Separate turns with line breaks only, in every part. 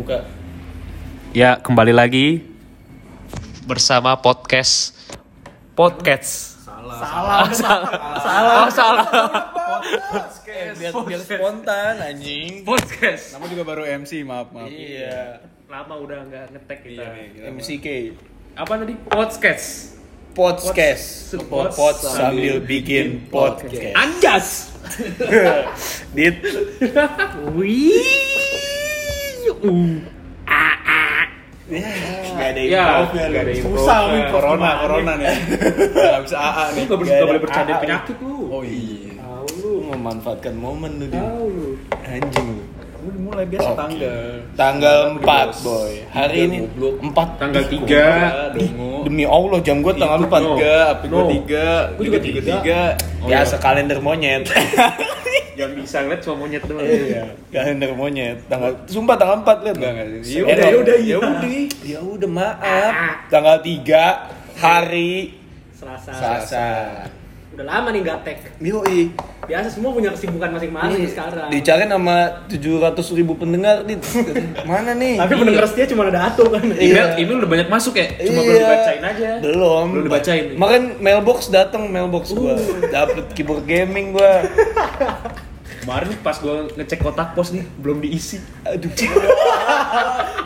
buka.
Ya, kembali lagi bersama podcast podcast.
Salah, salah, salah,
Oh, salah.
Eh, biar biar spontan anjing.
Podcast.
Kamu juga baru MC, maaf maaf.
Iya.
Lama udah nggak ngetek kita.
MCK.
Apa tadi? Podcast.
Podcast.
Pod-
Pot sambil bikin podcast.
Anjas.
Dit.
Wih. Uh.
Gak ada
Ya,
improv-nya,
nggak ada
lu.
improv.
Susah lu improv
Corona,
kemana.
corona nih. Gak bisa AA
Lu nggak boleh
nih.
Nggak
nggak
ada
boleh bercanda
AA.
penyakit lu.
Oh iya.
Tahu lu.
Lu memanfaatkan momen lu Dit.
Tahu lu.
Anjing lu.
Lu mulai biasa
Oke.
tanggal.
Tanggal 4 boy. Hari
Tiga,
ini
goblok.
4
Tanggal tiga.
Demi Allah jam gue tanggal
Itu no.
4
Tiga, api gua
No.
tiga,
Gua juga
tiga, Oh, iya.
tiga.
tiga.
Ya sekalender monyet
Yang bisa ngeliat cuma monyet doang.
Iya Kalender monyet tanggal, Sumpah tanggal 4 liat
Enggak, enggak.
Eh,
Ya udah, ya udah,
ya
Ah. ya
udah.
udah.
Ya udah maaf. Tanggal 3 hari
Selasa.
Selasa.
Udah lama nih nggak tag.
Yoi.
Biasa semua punya kesibukan masing-masing
Iya.
sekarang.
Dicari sama 700 ribu pendengar di mana nih?
Tapi pendengar setia cuma ada atu kan.
Iya.
Email, email udah banyak masuk ya. Cuma
Iya.
belum dibacain aja.
Belum.
Belum dibacain. Uh.
Makan mailbox datang mailbox gua. Dapet keyboard gaming gua.
Kemarin pas gue ngecek kotak pos nih belum diisi.
Aduh.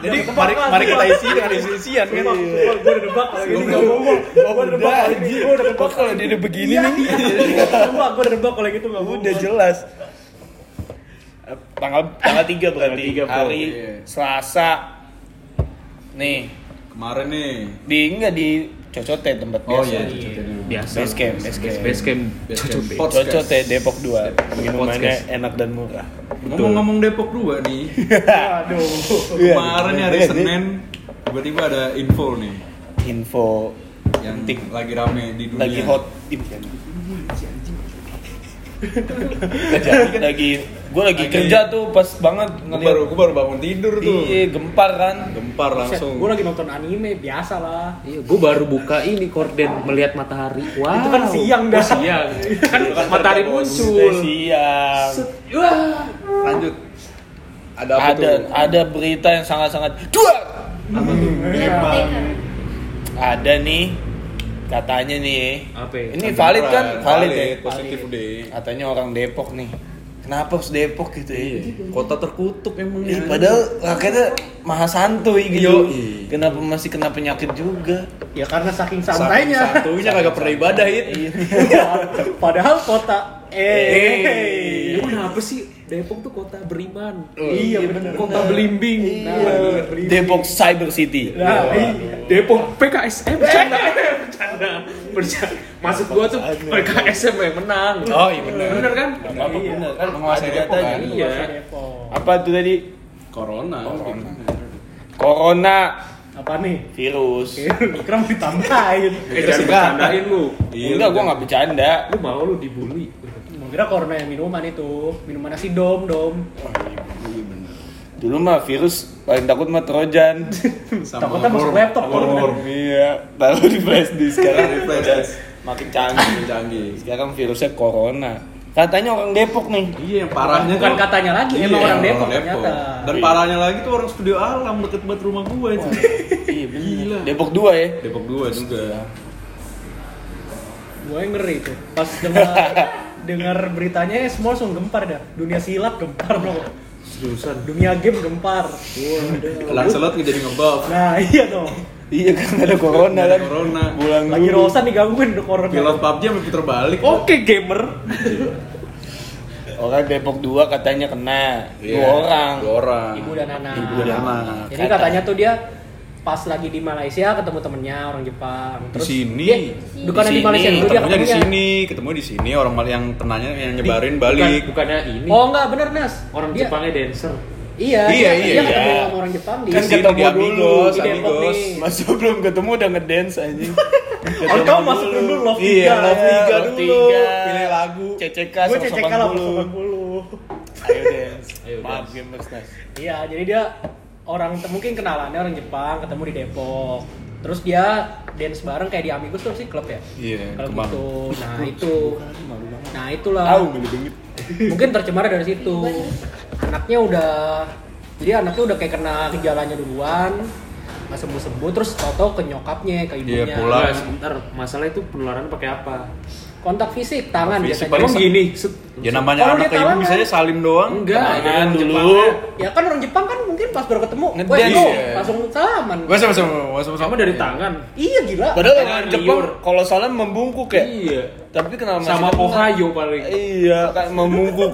Jadi mari mari kita isi dengan isi-isian
Iya.
kan.
Gue udah nebak kalau gitu. gini gak ngomong. Gue udah nebak kalau gini. Gue udah Iya, nebak kalau
kalau dia udah begini nih.
Gue udah nebak kalau gitu gak ngomong.
Iya. Udah jelas. Eh, Tanggal tanggal 3 berarti.
Tanggal tiga, Bro.
hari
Iya.
Selasa. Nih,
Kemarin nih.
di enggak di cocote tempat biasa.
Oh iya,
Iya. Biasa.
Base camp, base camp.
Base camp.
Base
Cocok
camp.
deh.
Pot. Podcast.
Cocote ya, Depok 2. Minumannya
Podcast.
enak dan murah.
Ngomong-ngomong Depok dua nih.
Aduh.
Oh,
Iya.
Kemarin nih hari Senin tiba-tiba ada info nih
Info
yang
Penting.
lagi rame di dunia.
lagi hot kan. di Gak jadi, lagi gue lagi
Lagi-
kerja tuh pas banget
Gua
ngeliat
baru gua baru bangun tidur tuh.
iya gempar kan
Gempar langsung.
Gue lagi nonton anime, biasa lah. Iya, gue baru buka ini korden melihat matahari. Wow. Itu kan siang dah. siang. Kan matahari
Udah
muncul.
siang
Set. Wah.
Lanjut. Ada
ada
apa
Ah,
tuh?
ada berita yang sangat sangat dua ada nih katanya nih
Apa ya?
ini valid kan valid, ya
positif deh.
katanya orang Depok nih kenapa harus Depok gitu ya
Iya. Kota terkutuk emang.
Ih, padahal rakyatnya maha santuy gitu.
Yoi.
Kenapa masih kena penyakit juga?
Ya karena saking
Satunya kagak pernah ibadah
Iya.
itu.
Padahal kota
Eh.
Eh. Kenapa sih Depok tuh kota beriman?
Oh, iya, bener.
Kota belimbing. Nah,
Iya. Depok Cyber City.
Nah,
kan
iya. Depok PKSM bercanda. Bercanda. Bercanda. Maksud gua tuh PKSM yang menang.
Oh iya benar.
Bener kan?
Apa bener kan
Menguasai
ada
Depok
datanya.
kan?
Iya.
Apa tuh tadi?
Corona.
Corona. Corona
Apa nih?
virus.
Iya.
Kira mau ditambahin. Eh, jangan
Kasih
bercandain lu.
Iya,
Enggak, gua nggak bercanda.
Lu mau lu dibully.
Kira corona yang minuman itu, minuman nasi dom dom.
Dulu mah virus paling takut mah Trojan.
Takutnya masuk laptop,
horor.
iya, taruh di flash disk sekarang
Di flash
udah
disk.
makin canggih.
Canggih.
Sekarang virusnya corona. Katanya orang Depok nih.
Iya yang parahnya
Bukan
tuh-
katanya lagi,
Iya,
emang orang Depok ternyata.
Dan parahnya lagi tuh orang studio alam deket banget rumah gua itu.
Iya,
Gila.
Depok 2 ya.
Depok dua juga.
Gue ngeri tuh. Pas dengar dengar beritanya eh, semua langsung gempar dah. Dunia silat gempar loh.
Seriusan.
Dunia game gempar. Waduh.
Lancelot nggak jadi ngebuff.
Nah iya dong.
Iya kan ada corona
Ada
kan.
corona.
Pulang
Lagi
dulu.
rosan digangguin udah corona.
Pilot PUBG sampai puter balik.
Oh.
Oke, gamer.
Orang Depok 2 katanya kena.
Iya,
Dua orang.
Dua orang.
Ibu dan anak. Iya.
Ibu dan anak.
Jadi katanya tuh dia pas lagi di Malaysia ketemu temennya orang Jepang.
Di
Terus
sini.
dia- bukan
Di
di Malaysia
sini.
dulu dia
Eh, Ketemunya di
Iya, ketemunya.
sini, ketemu di sini orang mal- yang kenanya yang nyebarin balik.
Bukan, bukannya ini.
Oh enggak bener Nas.
Orang
Dia-
Jepangnya dancer.
Iya,
Iya,
iya,
iya,
iya, dia ketemu
iya.
sama orang Jepang di
Kan
Di sini,
ketemu
di Amigos,
dulu,
di Depok
Amigos.
nih.
Masa belum ketemu udah ngedance anjing.
Oh, kau masuk dulu Love ya.
Iya,
Liga.
Love Liga
Love
dulu.
Liga. Pilih lagu.
CCK
Gue
sama
CCK lah sama dulu.
Ayo dance.
Ayo
Maaf
dance.
gamers nice.
Iya, jadi dia orang mungkin kenalannya orang Jepang, ketemu di Depok. Terus dia dance bareng kayak di Amigos tuh sih klub ya.
Iya,
Kalau
Kemang.
gitu. Nah, itu. Nah, itulah.
Tahu gini banget.
Mungkin tercemar dari situ. Anaknya udah jadi anaknya udah kayak kena gejalanya duluan nggak sembuh sembuh terus tau ke nyokapnya ke ibunya
Iya, pulang.
Nah, sebentar, masalah itu penularan pakai apa?
kontak fisik tangan
Fisik
biasanya
paling
Emang
se-
gini
Set-
Ya namanya
Kalau
anak
dia
ke ibu
tangan-
misalnya salim doang. Nah, kan
Enggak,
Tangan
jangan
dulu.
Jepangnya.
ya kan orang Jepang kan mungkin pas baru ketemu
Ngedance.
weh, lu,
Iya.
langsung salaman
Gua sama sama sama
Sama dari tangan.
iya gila
Padahal
Tangan
orang Jepang
liur.
kalau salah membungkuk ya.
Iya.
Tapi kenapa masih
Sama
kena?
Ohio paling.
Iya, kayak membungkuk.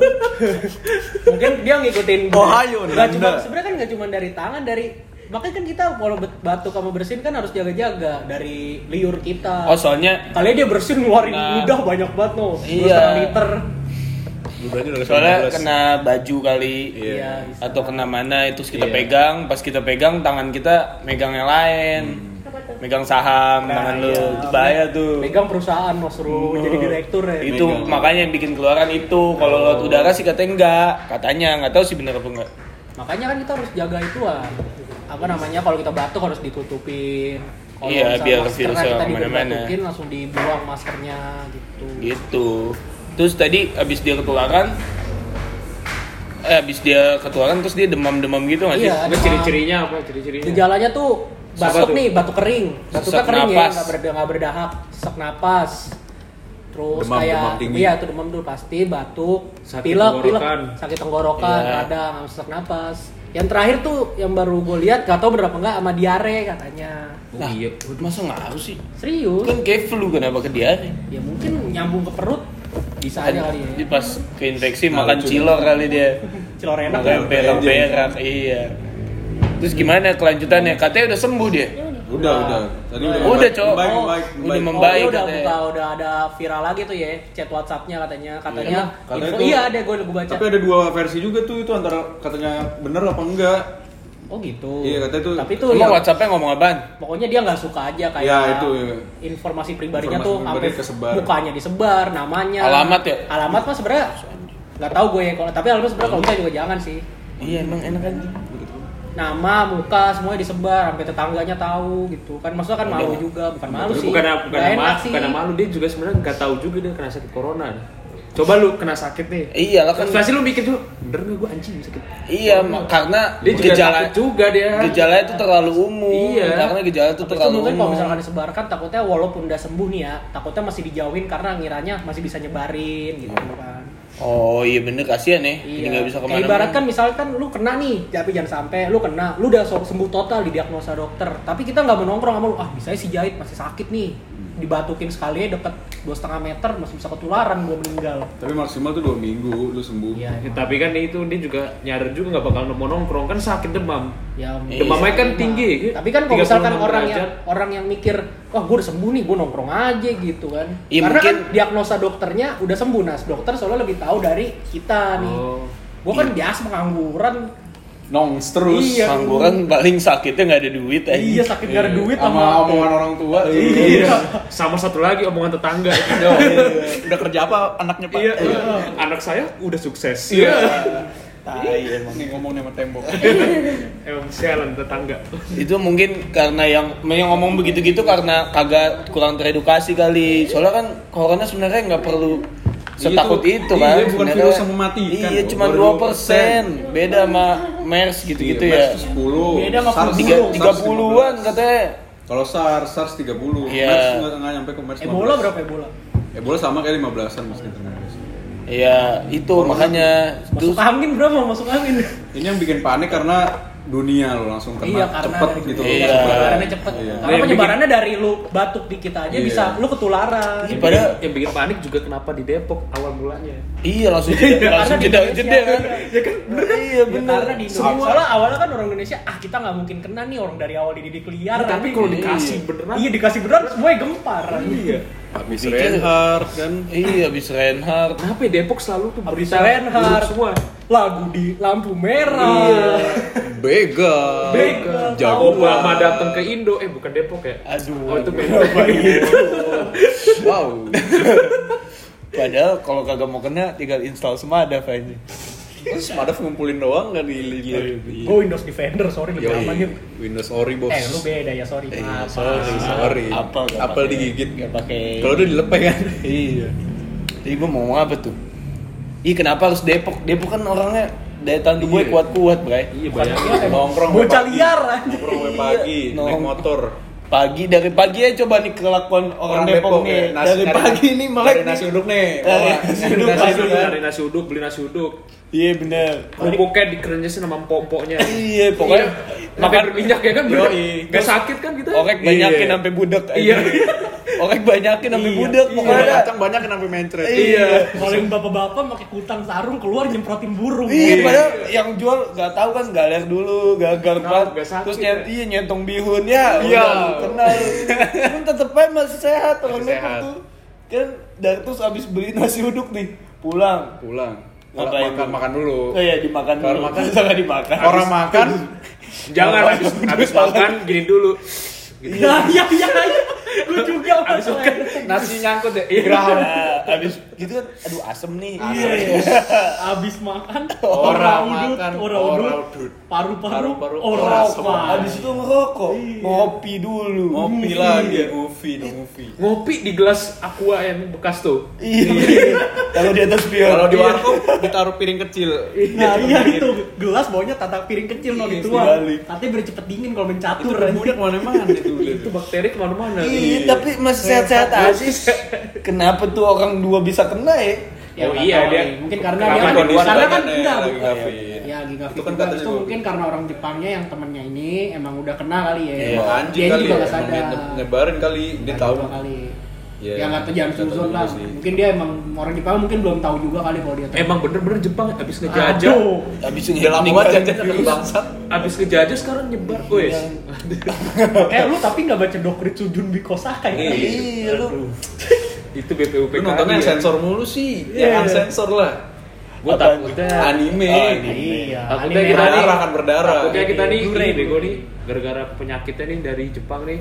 mungkin dia ngikutin
Ohio,
nggak cuma
Oh, Nanda.
sebenarnya kan nggak cuma dari tangan dari makanya kan kita kalau bet- batuk kamu bersin kan harus jaga-jaga dari liur kita
Oh, soalnya
kali dia bersin ngeluarin
Nah.
ludah banyak banget no
Iya.
Belasan liter
Dudanya udah
soalnya
19.
kena baju kali.
Iya.
Iya, bisa.
atau kena mana itu kita
Iya.
pegang pas kita pegang tangan kita megang yang lain megang saham
Hmm. Nah,
tangan lu
iya.
itu bahaya tuh
megang perusahaan mas Ru, jadi direktur ya
itu
Megang. Oh.
makanya yang bikin keluaran itu kalau lewat udara sih katanya enggak katanya nggak tahu sih bener apa enggak
makanya kan kita harus jaga itu ah apa namanya kalau kita batuk harus ditutupin kalau
Iya,
misalnya
biar
maskernya
virusnya
kita
kemana-mana.
dibatukin, langsung dibuang maskernya gitu
gitu terus tadi abis dia ketularan eh abis dia ketularan terus dia demam demam gitu nggak sih
Iya.
Apa ciri-cirinya apa ciri-cirinya?
gejalanya tuh
Apa
batuk
Iya. tuh?
nih batuk kering batuknya
Sesak
kering
napas.
ya nggak berda nggak berdahak sesak napas terus
Demam,
kayak
demam tinggi.
iya tuh demam tuh pasti batuk
Sakit
pilek pilek
tenggorokan.
sakit tenggorokan
Iya.
radang sama sesak napas yang terakhir tuh yang baru gue lihat gak tau berapa enggak sama diare katanya
Oh,
Lah,
iya.
masa ngaruh sih
serius
kan kayak flu kenapa ke dia
ya mungkin nyambung ke perut bisa aja kali
Jadi
ya
pas keinfeksi
Nah,
makan
lucu.
cilor kali dia
cilor enak
Makan perak-perak, iya. Terus gimana kelanjutannya? Katanya udah sembuh dia.
Udah, udah. Tadi udah.
Udah,
membaik,
Cok.
membaik,
Oh, udah
membaik, membaik.
mem-
Oh,
membaik
dia udah
katanya.
buka, udah ada viral lagi tuh ya, chat WhatsApp-nya katanya, katanya,
Katanya
info-
tuh-
iya ada gue gue baca.
Tapi ada dua versi juga tuh itu antara katanya bener apa enggak.
Oh gitu.
Iya, katanya tuh-
Tapi itu
Cuma
ya,
WhatsAppnya ngomong apaan?
pokoknya dia nggak suka aja kayak
Iya, itu, iya.
informasi pribadinya
Informasi
tuh
pribadi
sampai
kesebar.
mukanya disebar, namanya.
Alamat ya?
Alamat mah sebenarnya nggak tahu gue ya kalau tapi alamat sebenarnya kalau bisa juga jangan sih.
Iya emang enak kan?
Nama, muka semuanya disebar sampai tetangganya tahu gitu. Kan maksudnya kan malu juga, bukan
Oh, iya.
malu
Tapi
sih.
bukan bukan
Nggak
malu,
enak sih.
bukan malu dia juga sebenarnya nggak tahu juga dia kena sakit corona. Coba lu kena sakit nih.
Iya lah kan.
Terus pasti lu mikir tuh, bener nggak gue anjing sakit?
Iya ma- karena
Dia juga
gejala
takut juga dia.
gejalanya itu terlalu umum.
Iya.
Karena gejala itu
Tapi itu
terlalu
mungkin
umum.
kalau misalkan disebarkan takutnya walaupun udah sembuh nih ya, takutnya masih dijauhin karena ngiranya masih bisa nyebarin gitu kan.
Oh iya bener kasihan ya. Jadi nggak bisa
Kayak
kemana-mana.
ibarat kan misalkan lu kena nih, tapi jangan sampai lu kena, lu udah so- sembuh total di diagnosa dokter, tapi kita nggak mau nongkrong sama lu, ah misalnya si jahit masih sakit nih,
Hmm.
dibatukin sekali aja deket dua setengah meter masih bisa ketularan gua meninggal.
Tapi maksimal tuh dua minggu lu sembuh.
Iya.
Ya,
emang.
tapi kan itu dia juga nyadar juga nggak bakal mau nongkrong kan sakit demam.
Ya,
Iya.
Demamnya kan tinggi, gitu.
Tapi kan kalau misalkan
36
orang yang
derajat.
orang yang mikir, wah gue udah sembuh nih, gue nongkrong aja gitu kan.
Iya,
Karena
mungkin-
kan diagnosa dokternya udah sembuh, nah dokter soalnya lebih tahu dari kita nih.
Oh.
Gue kan biasa pengangguran.
Nongs terus.
Iya.
Pengangguran paling sakitnya nggak ada duit aja.
Iya sakit gara duit Iya.
Sama omongan orang tua.
Iya. Sama satu lagi omongan tetangga.
Iya. Udah kerja apa anaknya Pak?
iya. Anak saya udah sukses.
Iya.
Tai emang.
Nih ngomongnya sama tembok.
Iya,
Emang sialan tetangga.
itu mungkin karena yang yang ngomong begitu gitu karena kagak kurang teredukasi kali soalnya kan corona sebenarnya nggak perlu setakut itu
Iya, itu-
kan
iya, bukan
sebenarnya.
virus yang mematikan
iya
kok,
cuma
baru
dua persen beda sama MERS gitu gitu
Iya,
ya
Mers tuh 10.
Beda sama
SARS
tiga
Burung.
tiga
15.
puluhan katanya
Kalau SARS, SARS 30.
Iya.
Mers nggak nggak nyampe ke Mers
Ebola
15.
berapa Ebola?
Ebola sama kayak 15-an meski terbatas.
ya itu makanya
Masuk
terus
angin berapa? Masuk angin.
Ini yang bikin panik karena dunia lo langsung kena
iya karena
cepet
dari-
gitu.
Iya.
Penyebarannya cepet.
Iya.
Karena
Iya,
penyebarannya dari lu batuk dikit aja
Iya.
bisa lu ketularan.
Iya, Padahal-
yang bikin panik juga kenapa di Depok awal mulanya.
iya langsung jeda
Karena
langsung
di
jeda
Indonesia
jeda kan
ada.
ya kan bener kan? iya
Ya,
bener
karena di Indonesia, soalnya awalnya kan orang Indonesia, ah kita nggak mungkin kena nih orang dari awal dididik liar.
Iya, tapi kalau dikasih beneran
Iya dikasih beneran semuanya gempar. Iya.
Habis
Pikir-
Reinhardt kan.
iya abis Reinhardt
Kenapa ya Depok selalu tuh
Abis
berita
Reinhardt.
buruk semua?
Lagu di lampu merah.
Bega.
Bega.
Jago
Obama datang ke Indo, eh bukan Depok ya?
aduh
Oh itu beda.
Wow.
padahal kalau kagak mau kena tinggal install semua ada file
Terus Madaf ngumpulin doang nggak di
Gila.
Gue Oh, Windows Defender, sorry lebih aman ya.
Windows Ori Iya. bos.
Eh lu beda ya, sorry.
Eh,
Maaf.
sorry,
Sorry.
Apel nggak
Apel
pakai-
digigit.
nggak pakai.
Kalau udah dilepeh kan.
Iya. Jadi gue mau ngomong apa tuh? Ih kenapa harus Depok? Depok kan orangnya daya tahan tubuhnya
Iya.
kuat-kuat, Bray.
Iya bayangin.
Nongkrong
Bocah
pagi.
liar anjing.
Nongkrong sampai pagi,
Nong-
naik motor.
Iya. Pagi dari pagi ya coba nih kelakuan orang, Depok,
ya,
nih.
nasi-
dari
nyari-
pagi nih melek
nyari nasi
nih.
uduk nih.
Nyari
bawa.
nasi
Beli
uduk
nasi
pagi.
uduk, beli nasi uduk, beli nasi uduk.
Iya bener.
Kerupuknya dikerenjesin sama pompoknya.
Iya pokoknya
makan
makan
berminyak ya kan?
Yoi.
Gak sakit kan kita?
orek banyakin
Iya.
sampai budek.
Iya.
Orek banyakin sampai budek pokoknya.
Pokoknya
ada-
Iya, kacang banyak yang sampai mencret.
Iya.
eh, Kalau yang bapak-bapak pakai kutang sarung keluar nyemprotin burung.
Iya, padahal yang jual nggak tahu kan galer dulu, gagal
Nah,
Nggak
banget.
tahu, nggak sakit,
Terus
ya.
nyet, iya, nyentong bihun ya.
Iya.
udah lu Kenal. Kan tetep aja masih sehat orang
Masih
Depok
sehat.
tuh. Kan dari terus abis beli nasi uduk nih, pulang.
Pulang.
Apa
Makan,
itu?
makan, makan dulu.
Oh iya dimakan
Kalau
dulu.
makan-
Jangan dimakan.
Orang makan,
Jangan habis, habis makan gini dulu.
Iya iya iya. iya. Lu juga Mas.
Nasi nyangkut ya. Iya.
Nah, abis gitu kan, aduh asem nih.
Iya. Abis makan
Orang
udut,
makan,
orang
orang
udut,
udut.
paru-paru,
Paru-paru,
orang
Ngerokok.
semua.
Abis itu ngerokok, ngopi dulu.
Iya.
Iya.
ngopi lagi, Ufi, Ufi.
Ngopi di gelas aqua yang bekas tuh.
Iya. Kalau di atas Iya. pion.
Kalau di warkop ditaruh piring kecil.
Nah, iya itu gelas bawahnya tata piring kecil no gitu. itu.
Iya,
dibalik.
Tapi bercepet dingin kalau
Itu
mencatur.
kemudian kemana-mana itu.
Itu bakteri kemana-mana.
Iya, tapi masih sehat-sehat aja. Kenapa tuh orang dua bisa kena ya?
Ya,
Oh
nggak
iya,
tahu
dia-
nih. mungkin karena
Kenapa
dia kan
kondisi
karena kan
badannya
enggak
lagi nggak
bukan.
fit.
Ya, lagi nggak
Itu
fit
kan
juga.
katanya
Itu
dua
mungkin karena orang Jepangnya yang temennya ini emang udah kena kali ya.
Emang anjing
dia
kali
juga
ya,
nggak
emang
sadar.
nye- nyebarin kali, dia tahu.
Dua kali.
Iya,
ya nggak tahu jangan
nggak tahu
suzon
juga
lah.
sih.
Mungkin dia emang orang Jepang mungkin belum tahu Ah. juga kali kalau dia
Emang bener-bener Jepang habis ngejajah.
Aduh.
Habis
Udah lama banget jajan anak bangsat.
Habis ngejajah sekarang nyebar, wes.
Eh lu tapi nggak baca Dokrit Sujun Bikosaka ya?
Iya.
Iya lu.
Itu BPUPK.
Lu
Iya.
nontonnya yang sensor mulu sih,
Iya.
yang sensor lah.
Gue
Apa?
takutnya.
Anime.
Oh, anime.
Iya.
Takutnya
anime.
kita nih
Berdarah kan berdarah.
Takutnya kita nih
Dure.
ini bego nih gara-gara penyakitnya nih dari Jepang nih.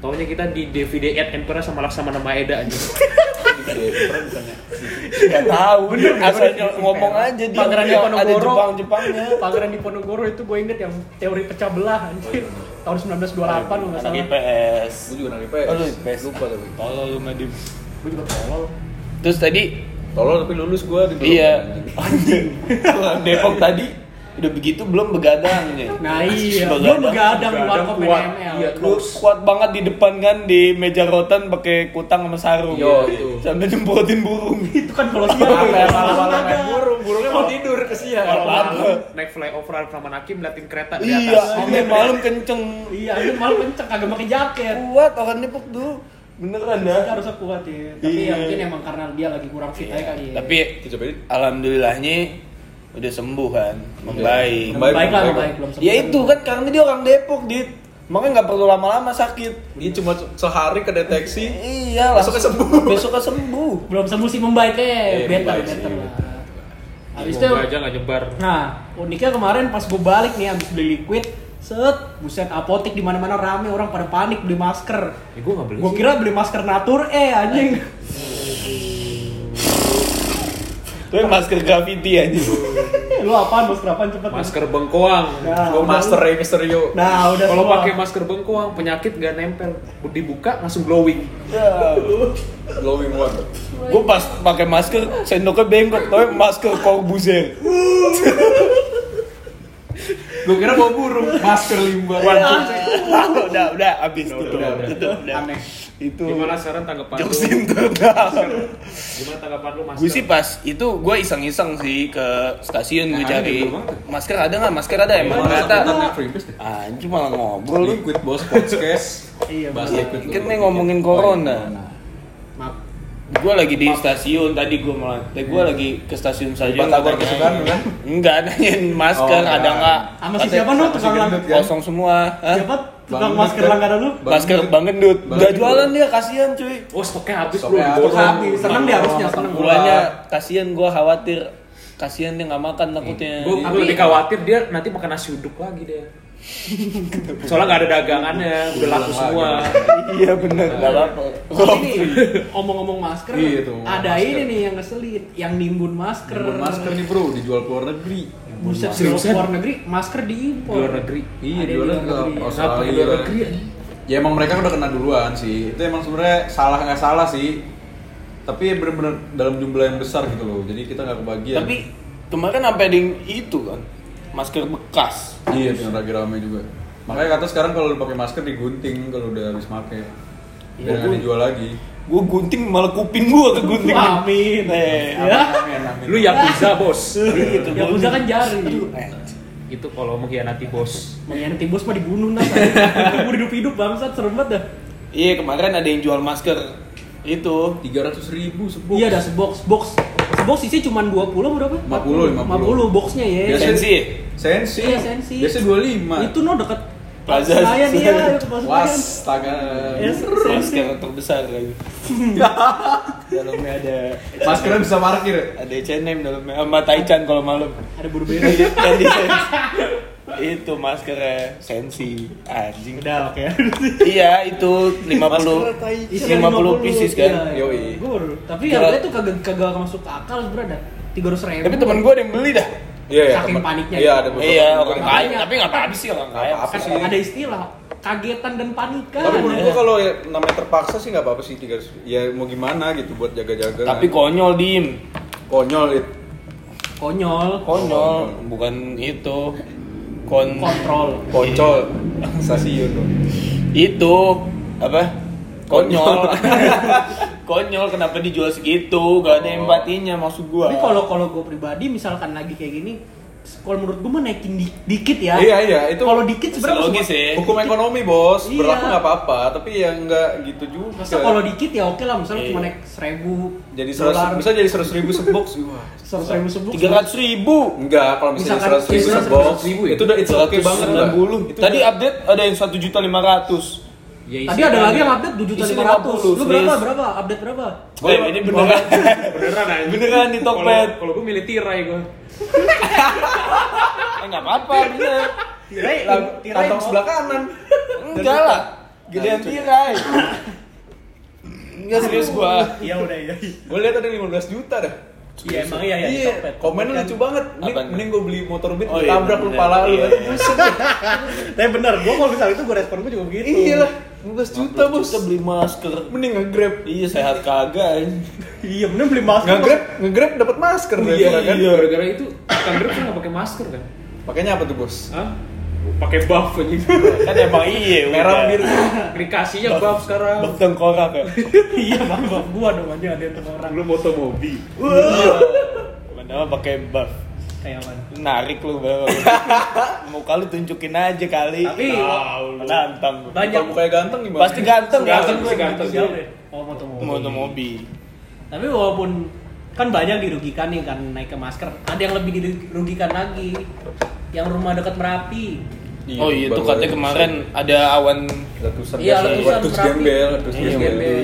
Taunya kita di DVD at Emperor sama Laksamana Maeda aja.
Enggak tahu. Asal ngomong aja dia
Pangeran
dia ada
Diponegoro.
Jepang-Jepangnya.
Pangeran Diponegoro itu gue inget yang teori pecah belah
Oh, iya.
anjir. Tahun 1928 kalau nggak
Anak
salah. Nah,
IPS.
Gue juga anak IPS.
Aduh, IPS.
Lupa tapi.
Tolol lu Madim.
Gue juga tolol.
Terus tadi
Tolol tapi lulus gua di
iya anjing. Orang Depok tadi udah begitu belum begadang ya.
Nah iya, gue
Begadang.
begadang di warkop
kuat.
PNML.
Iya,
Lu kuat banget di depan kan di meja rotan pakai kutang sama sarung.
Yo, gitu. itu.
Sambil nyemprotin burung. gitu.
Itu kan kalau siang
Malam
ya,
malam
ada.
burung, burungnya mau tidur
Oh. Kalau
kesian.
malam naik flyover Alfamanaki ngeliatin kereta di atas.
Iya, sampai malam kenceng. Iya,
Iya, itu malah kenceng kagak pakai jaket.
kuat orang Depok tuh beneran dah
Kita harus kuat ya. Tapi
Iya.
ya mungkin emang karena dia lagi kurang fit aja kali ya.
tapi
Kita coba ini.
alhamdulillahnya udah sembuh kan membaik
Membaik,
baik lah,
baik.
baik belum sembuh.
ya itu kan karena dia orang Depok dit makanya nggak perlu lama-lama sakit
Ini cuma sehari kedeteksi.
iya
Besoknya
langsung-
sembuh.
besoknya sembuh
belum sembuh sih membaiknya,
Iya,
better
membaik Iya, sih,
better lah.
better.
Habis itu
Semoga aja nggak nyebar.
Nah, uniknya kemarin pas gue balik nih habis beli liquid, set, buset apotek di mana-mana rame orang pada panik beli masker.
Ya gue nggak beli.
Gue kira beli masker natur eh anjing.
tapi masker graffiti aja
Lu apaan masker apaan cepet?
masker bengkoang.
Nah,
Gua master Rey Mysterio.
Nah, udah
Kalau
semua.
pakai masker bengkoang penyakit gak nempel. Dibuka langsung glowing.
Glowing one.
gue pas pakai masker sendoknya bengkok tapi masker Corbuzier
Gua kira mau burung, masker Iya, limbar.
udah udah abis tutup
udah, udah.
tutup, udah.
Aneh.
itu
Gimana sekarang tanggapan lu?
jokes internal
Gimana tanggapan lu masker?
Gue sih pas itu gue iseng-iseng sih ke stasiun gue
Yang ada
cari
di rumah.
masker ada nggak masker ada emang ternyata anjing malah ngobrol lu
Liquid Boss Podcast.
Iya, Nah,
Bahas
Iya,
liquid
kan
dulu. Oh, iya.
nih ngomongin corona.
Maaf.
Gue lagi di stasiun tadi gue malah, gue
Hmm.
lagi ke stasiun saja.
Batagor kesukaan lu kan?
Enggak nanyain masker
Oh,
ada
enggak.
nggak?
Sama si
Katanya
siapa no tukang lang?
gendut, ya?
Kosong semua. Hah?
Siapa tukang
Bang
masker
Gendut.
langganan lu?
Bang
Masker
Gendut.
bang gendut.
Bang
Udah
Gendut.
jualan dia kasihan cuy.
Oh stoknya habis bro.
Stoknya habis.
diborong.
Tapi seneng dia harusnya seneng.
Bulannya kasihan gue khawatir. Kasihan dia nggak makan takutnya. Iya.
Gue
Jadi-
lebih khawatir dia nanti makan nasi uduk lagi deh. Soalnya nggak ada dagangannya, udah laku semua.
Iya bener. Gak apa-apa.
Ini omong-omong masker,
Iya, itu,
ada
masker.
ini nih yang ngeselit, yang nimbun masker.
Nimbun masker nih bro, dijual ke luar negeri.
Buset,
Seriusan?
serius luar negeri, masker
Di
diimpor.
luar negeri.
Iya,
Ada
di luar
yang
negeri.
negeri.
Kenapa di
Australia.
luar negeri?
Ya emang mereka udah kena duluan sih. Itu emang sebenarnya salah ya nggak salah sih. Tapi bener-bener dalam jumlah yang besar gitu loh. Jadi kita nggak kebagian.
Tapi Kemarin sampai ada yang itu kan. Masker bekas.
Iya, yang lagi rame juga. Makanya kata sekarang kalau lu pakai masker digunting kalau udah habis pakai.
Iya,
Jangan
gua-
dijual lagi.
Gue gunting malah kuping gue kegunting.
Amin.
Eh,
Amin, amin.
Lu yakuza bos.
gitu.
Ya udah kan jari.
Aduh, eh.
Itu kalau mengkhianati bos.
Mengkhianati bos mah dibunuh nah. Gue hidup-hidup bangsat serem banget dah.
Iya kemarin ada yang jual masker itu.
tiga ratus ribu sebox.
Iya ada sebox, box. Sebox isinya cuma 20 berapa?
50,
50
50.
boxnya ya.
Biasa-
Sensi.
Sensi.
Iya, Sensi.
Biasanya dua lima.
Itu no dekat
Plaza.
Senayan iya, dekat Plaza Senayan.
Was, taga.
Iya.
Yes.
Masker terbesar lagi. dalamnya ada
Maskernya bisa parkir. ya?
ada H&M dalamnya sama Taichan kalau malam.
Ada buru buru.
Dan di Sensi. itu maskernya Sensi anjing.
Udah oke.
Iya itu 50
Maskernya Taichan.
Isinya 50 pieces kan.
Iya,
Yoi.
Gua baru- Tapi
Gila.
harganya tuh kagak kagak masuk akal sebenarnya. Tiga ratus ribu.
Tapi temen gue ada yang beli dah.
Iya, ya,
Saking
tempat-
paniknya.
Iya, ada beberapa
Iya
tempat
orang
yang-
kaya tapi nggak apa-apa sih orang kaya.
Nggak apa-apa sih.
ada istilah kagetan dan panikan.
Tapi menurut gua
Ya.
kalau ya, namanya terpaksa sih nggak apa-apa sih 300. Ya mau gimana gitu buat jaga-jaga.
Tapi konyol dim.
konyol it.
konyol.
Konyol bukan itu. Kon
Kontrol.
Kocol.
Hmm.
Stasiun. dong.
itu apa
Konyol.
konyol Oh. konyol kenapa dijual segitu gak ada empatinya maksud gua
Tapi kalau kalau gue pribadi misalkan lagi kayak gini, kalau menurut gue mah naikin di- dikit ya.
Iya, iya, itu
Kalau dikit sebenarnya
logis
semua-
ya
Hukum ekonomi bos,
Iya.
berlaku nggak apa-apa, tapi ya nggak gitu juga.
Masa kalau dikit ya oke lah, misalnya
Iya.
cuma naik seribu
jadi seratus, bisa jadi seratus ribu sebox. Wah,
seratus ribu sebuk.
tiga ratus ribu
Enggak, kalau misalnya
Misalkan
seratus ribu
misalkan
sebox,
100 ribu ya?
itu udah it's okay banget lah. Itu
tadi
udah-
update ada yang satu juta lima ratus
Ya,
Tadi
isinya
ada lagi
kan-
yang update tujuh juta
Isi
lima ratus.
50,
Lu berapa
please.
berapa? Update berapa?
eh ini beneran
beneran aja.
Beneran di Tokped.
Kalau- Kalau gue milih tirai gue.
eh nggak apa-apa bener
Tirai,
Lang- kantong sebelah Nah, kanan. Hmm.
enggak lah gedean tirai enggak serius
Ah.
gua
Iya udah iya.
Gue lihat ada 15 juta dah.
Iya emang iya
Iya, komen lu lucu banget. Mending,
Apaan?
mending gue beli motor beat,
Oh,
oh,
iya,
tabrak lu
bener.
pala lu.
Iya.
Tapi benar, gua kalau misalnya itu gua respon gua juga begitu.
Iya lah, 15 juta bos.
kita beli masker
Mending nge-grab.
iya sehat kagak anjing.
Iya, mending beli masker.
Nge-grab, nge-grab dapat masker
Iya,
daripada kan.
gara-gara itu kan grip tuh nggak pakai masker kan?
Pakainya apa tuh bos?
Hah? Pakai buff aja.
kan emang iya
Merah
udah.
biru.
Dikasihnya buff sekarang.
Bak tengkorak ya
Iya, bang, bang. gua dong aja ada yang temen orang.
Lu moto mobi.
Kenapa pakai buff?
Kayak apa?
Narik lu bawa. Muka lu tunjukin aja kali.
Tapi
nantang.
banyak
Kalau mukanya ganteng gimana?
Pasti ganteng ya.
Ganteng, pasti ganteng.
siapa ya? Oh, mau temu.
Mau mobil.
Tapi walaupun kan banyak dirugikan nih kan naik ke masker, ada yang lebih dirugikan lagi. Yang rumah dekat Merapi.
Oh iya itu katanya kemarin ada awan
Letusan
Iya,
biasa.
letusan
Letus
Merapi.
gembel, letus
Iya,
gembel.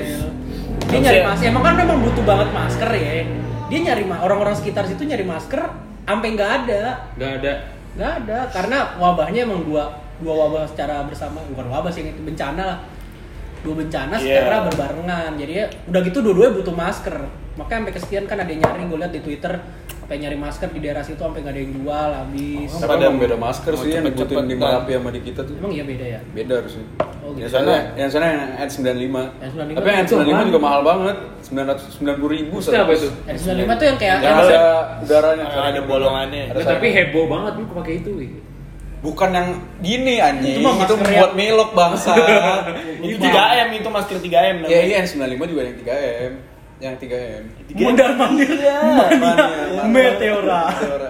Dia nyari masker, emang kan memang butuh banget masker ya. Dia nyari ma- orang-orang sekitar situ nyari masker, sampai nggak ada,
Gak ada.
nggak ada karena wabahnya emang dua dua wabah secara bersama bukan wabah sih itu bencana lah dua bencana
Iya.
secara berbarengan jadi udah gitu dua-duanya butuh masker makanya sampai kesekian kan ada yang nyari gue lihat di twitter sampai nyari masker di daerah situ sampai nggak ada yang jual habis
Oh,
Tapi
Pada-
emang beda masker
mau
sih yang
cepet-cepet kan.
dibutuhin di
dan-
Merapi sama di kita tuh.
emang iya beda ya
Beda harusnya.
Oh, gitu.
Yang sana, yang sana yang N95.
N95.
Tapi yang N95 juga mahal banget. 990 ribu.
Maksudnya apa itu?
N95 tuh yang kayak
Yang ada udaranya.
Yang ada bolongannya.
Ada
Ya, tapi
sayap.
heboh banget lu pakai itu. wih.
Bukan yang gini anjing.
Itu mah
Itu
masker
membuat melok bangsa.
Itu 3M itu masker 3M
Ya
namanya.
iya N95 juga yang 3M. Yang 3M.
mundar mandir
Iya,
Mania,
meteora.
Meteora.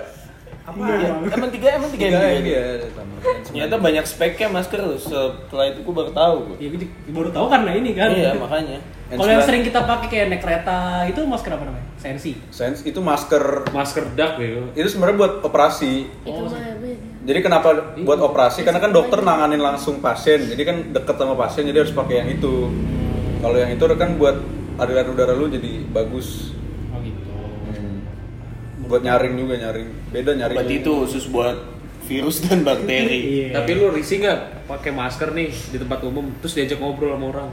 apa
Iya, Emang 3M emang 3M.
3M
juga.
ya. sama.
Ternyata banyak speknya masker lu. Setelah itu gua baru tahu gua.
ya gue baru tahu karena ini kan
Iya, makanya.
Kalau yang
N95.
sering kita pakai kayak naik kereta itu masker apa namanya? Sensi.
Sense itu masker
Masker dak ya.
itu sebenarnya buat operasi
Itu mah
Jadi kenapa
Iya.
buat operasi? Karena kan dokter nanganin langsung pasien, jadi kan deket sama pasien, jadi harus pakai yang itu. Kalau yang itu kan buat aliran udara lu jadi bagus.
Oh gitu.
Buat nyaring juga nyaring, beda nyaring.
Obat itu khusus buat virus dan bakteri.
Iya.
Tapi lu risih nggak pakai masker nih di tempat umum terus diajak ngobrol sama orang?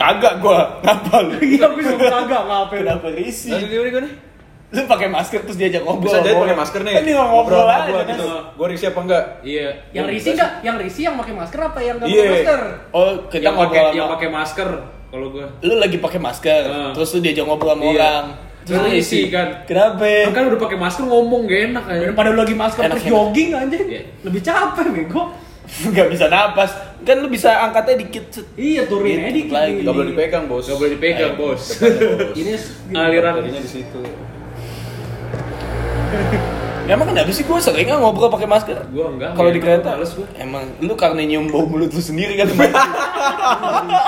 Kagak gua. Ngapa lu?
Iya, gue suka kagak ngapain.
Kenapa risih?
Tadi gimana gimana?
Lu pakai masker terus diajak ngobrol.
Bisa jadi
ngobrol.
pakai masker nih.
Ini ngobrol, aja kan.
gitu. Gua risih apa enggak?
Iya.
Yang
Gua-
risi enggak? Yang risi yang pakai masker apa yang enggak
Iya.
pakai masker?
Oh, kita
yang
ngobrol
pakai yang
sama-
pakai masker kalau gua
lu lagi pakai masker,
Heeh.
terus lu diajak ngobrol sama
Iya.
orang.
Terus isi kan.
Kenapa?
Kan udah pakai masker ngomong gak enak aja.
Daripada lu lagi masker
Enak,
terus
enak.
jogging anjing.
Iya.
Lebih capek bego.
Gak bisa napas. Kan lu bisa angkatnya dikit. set.
Iya turunin
Gitu,
aja dikit.
lagi.
Gak boleh dipegang bos.
Gak boleh dipegang, Bos.
Ini Eh,
Gitu.
Aliran
Jadinya di situ.
Ya, emang kenapa sih gue sering nggak ngobrol pakai masker?
Gua enggak, enggak
Kalau di
enak,
kereta
males gua.
Emang lu karena nyium bau mulut lu sendiri kan teman.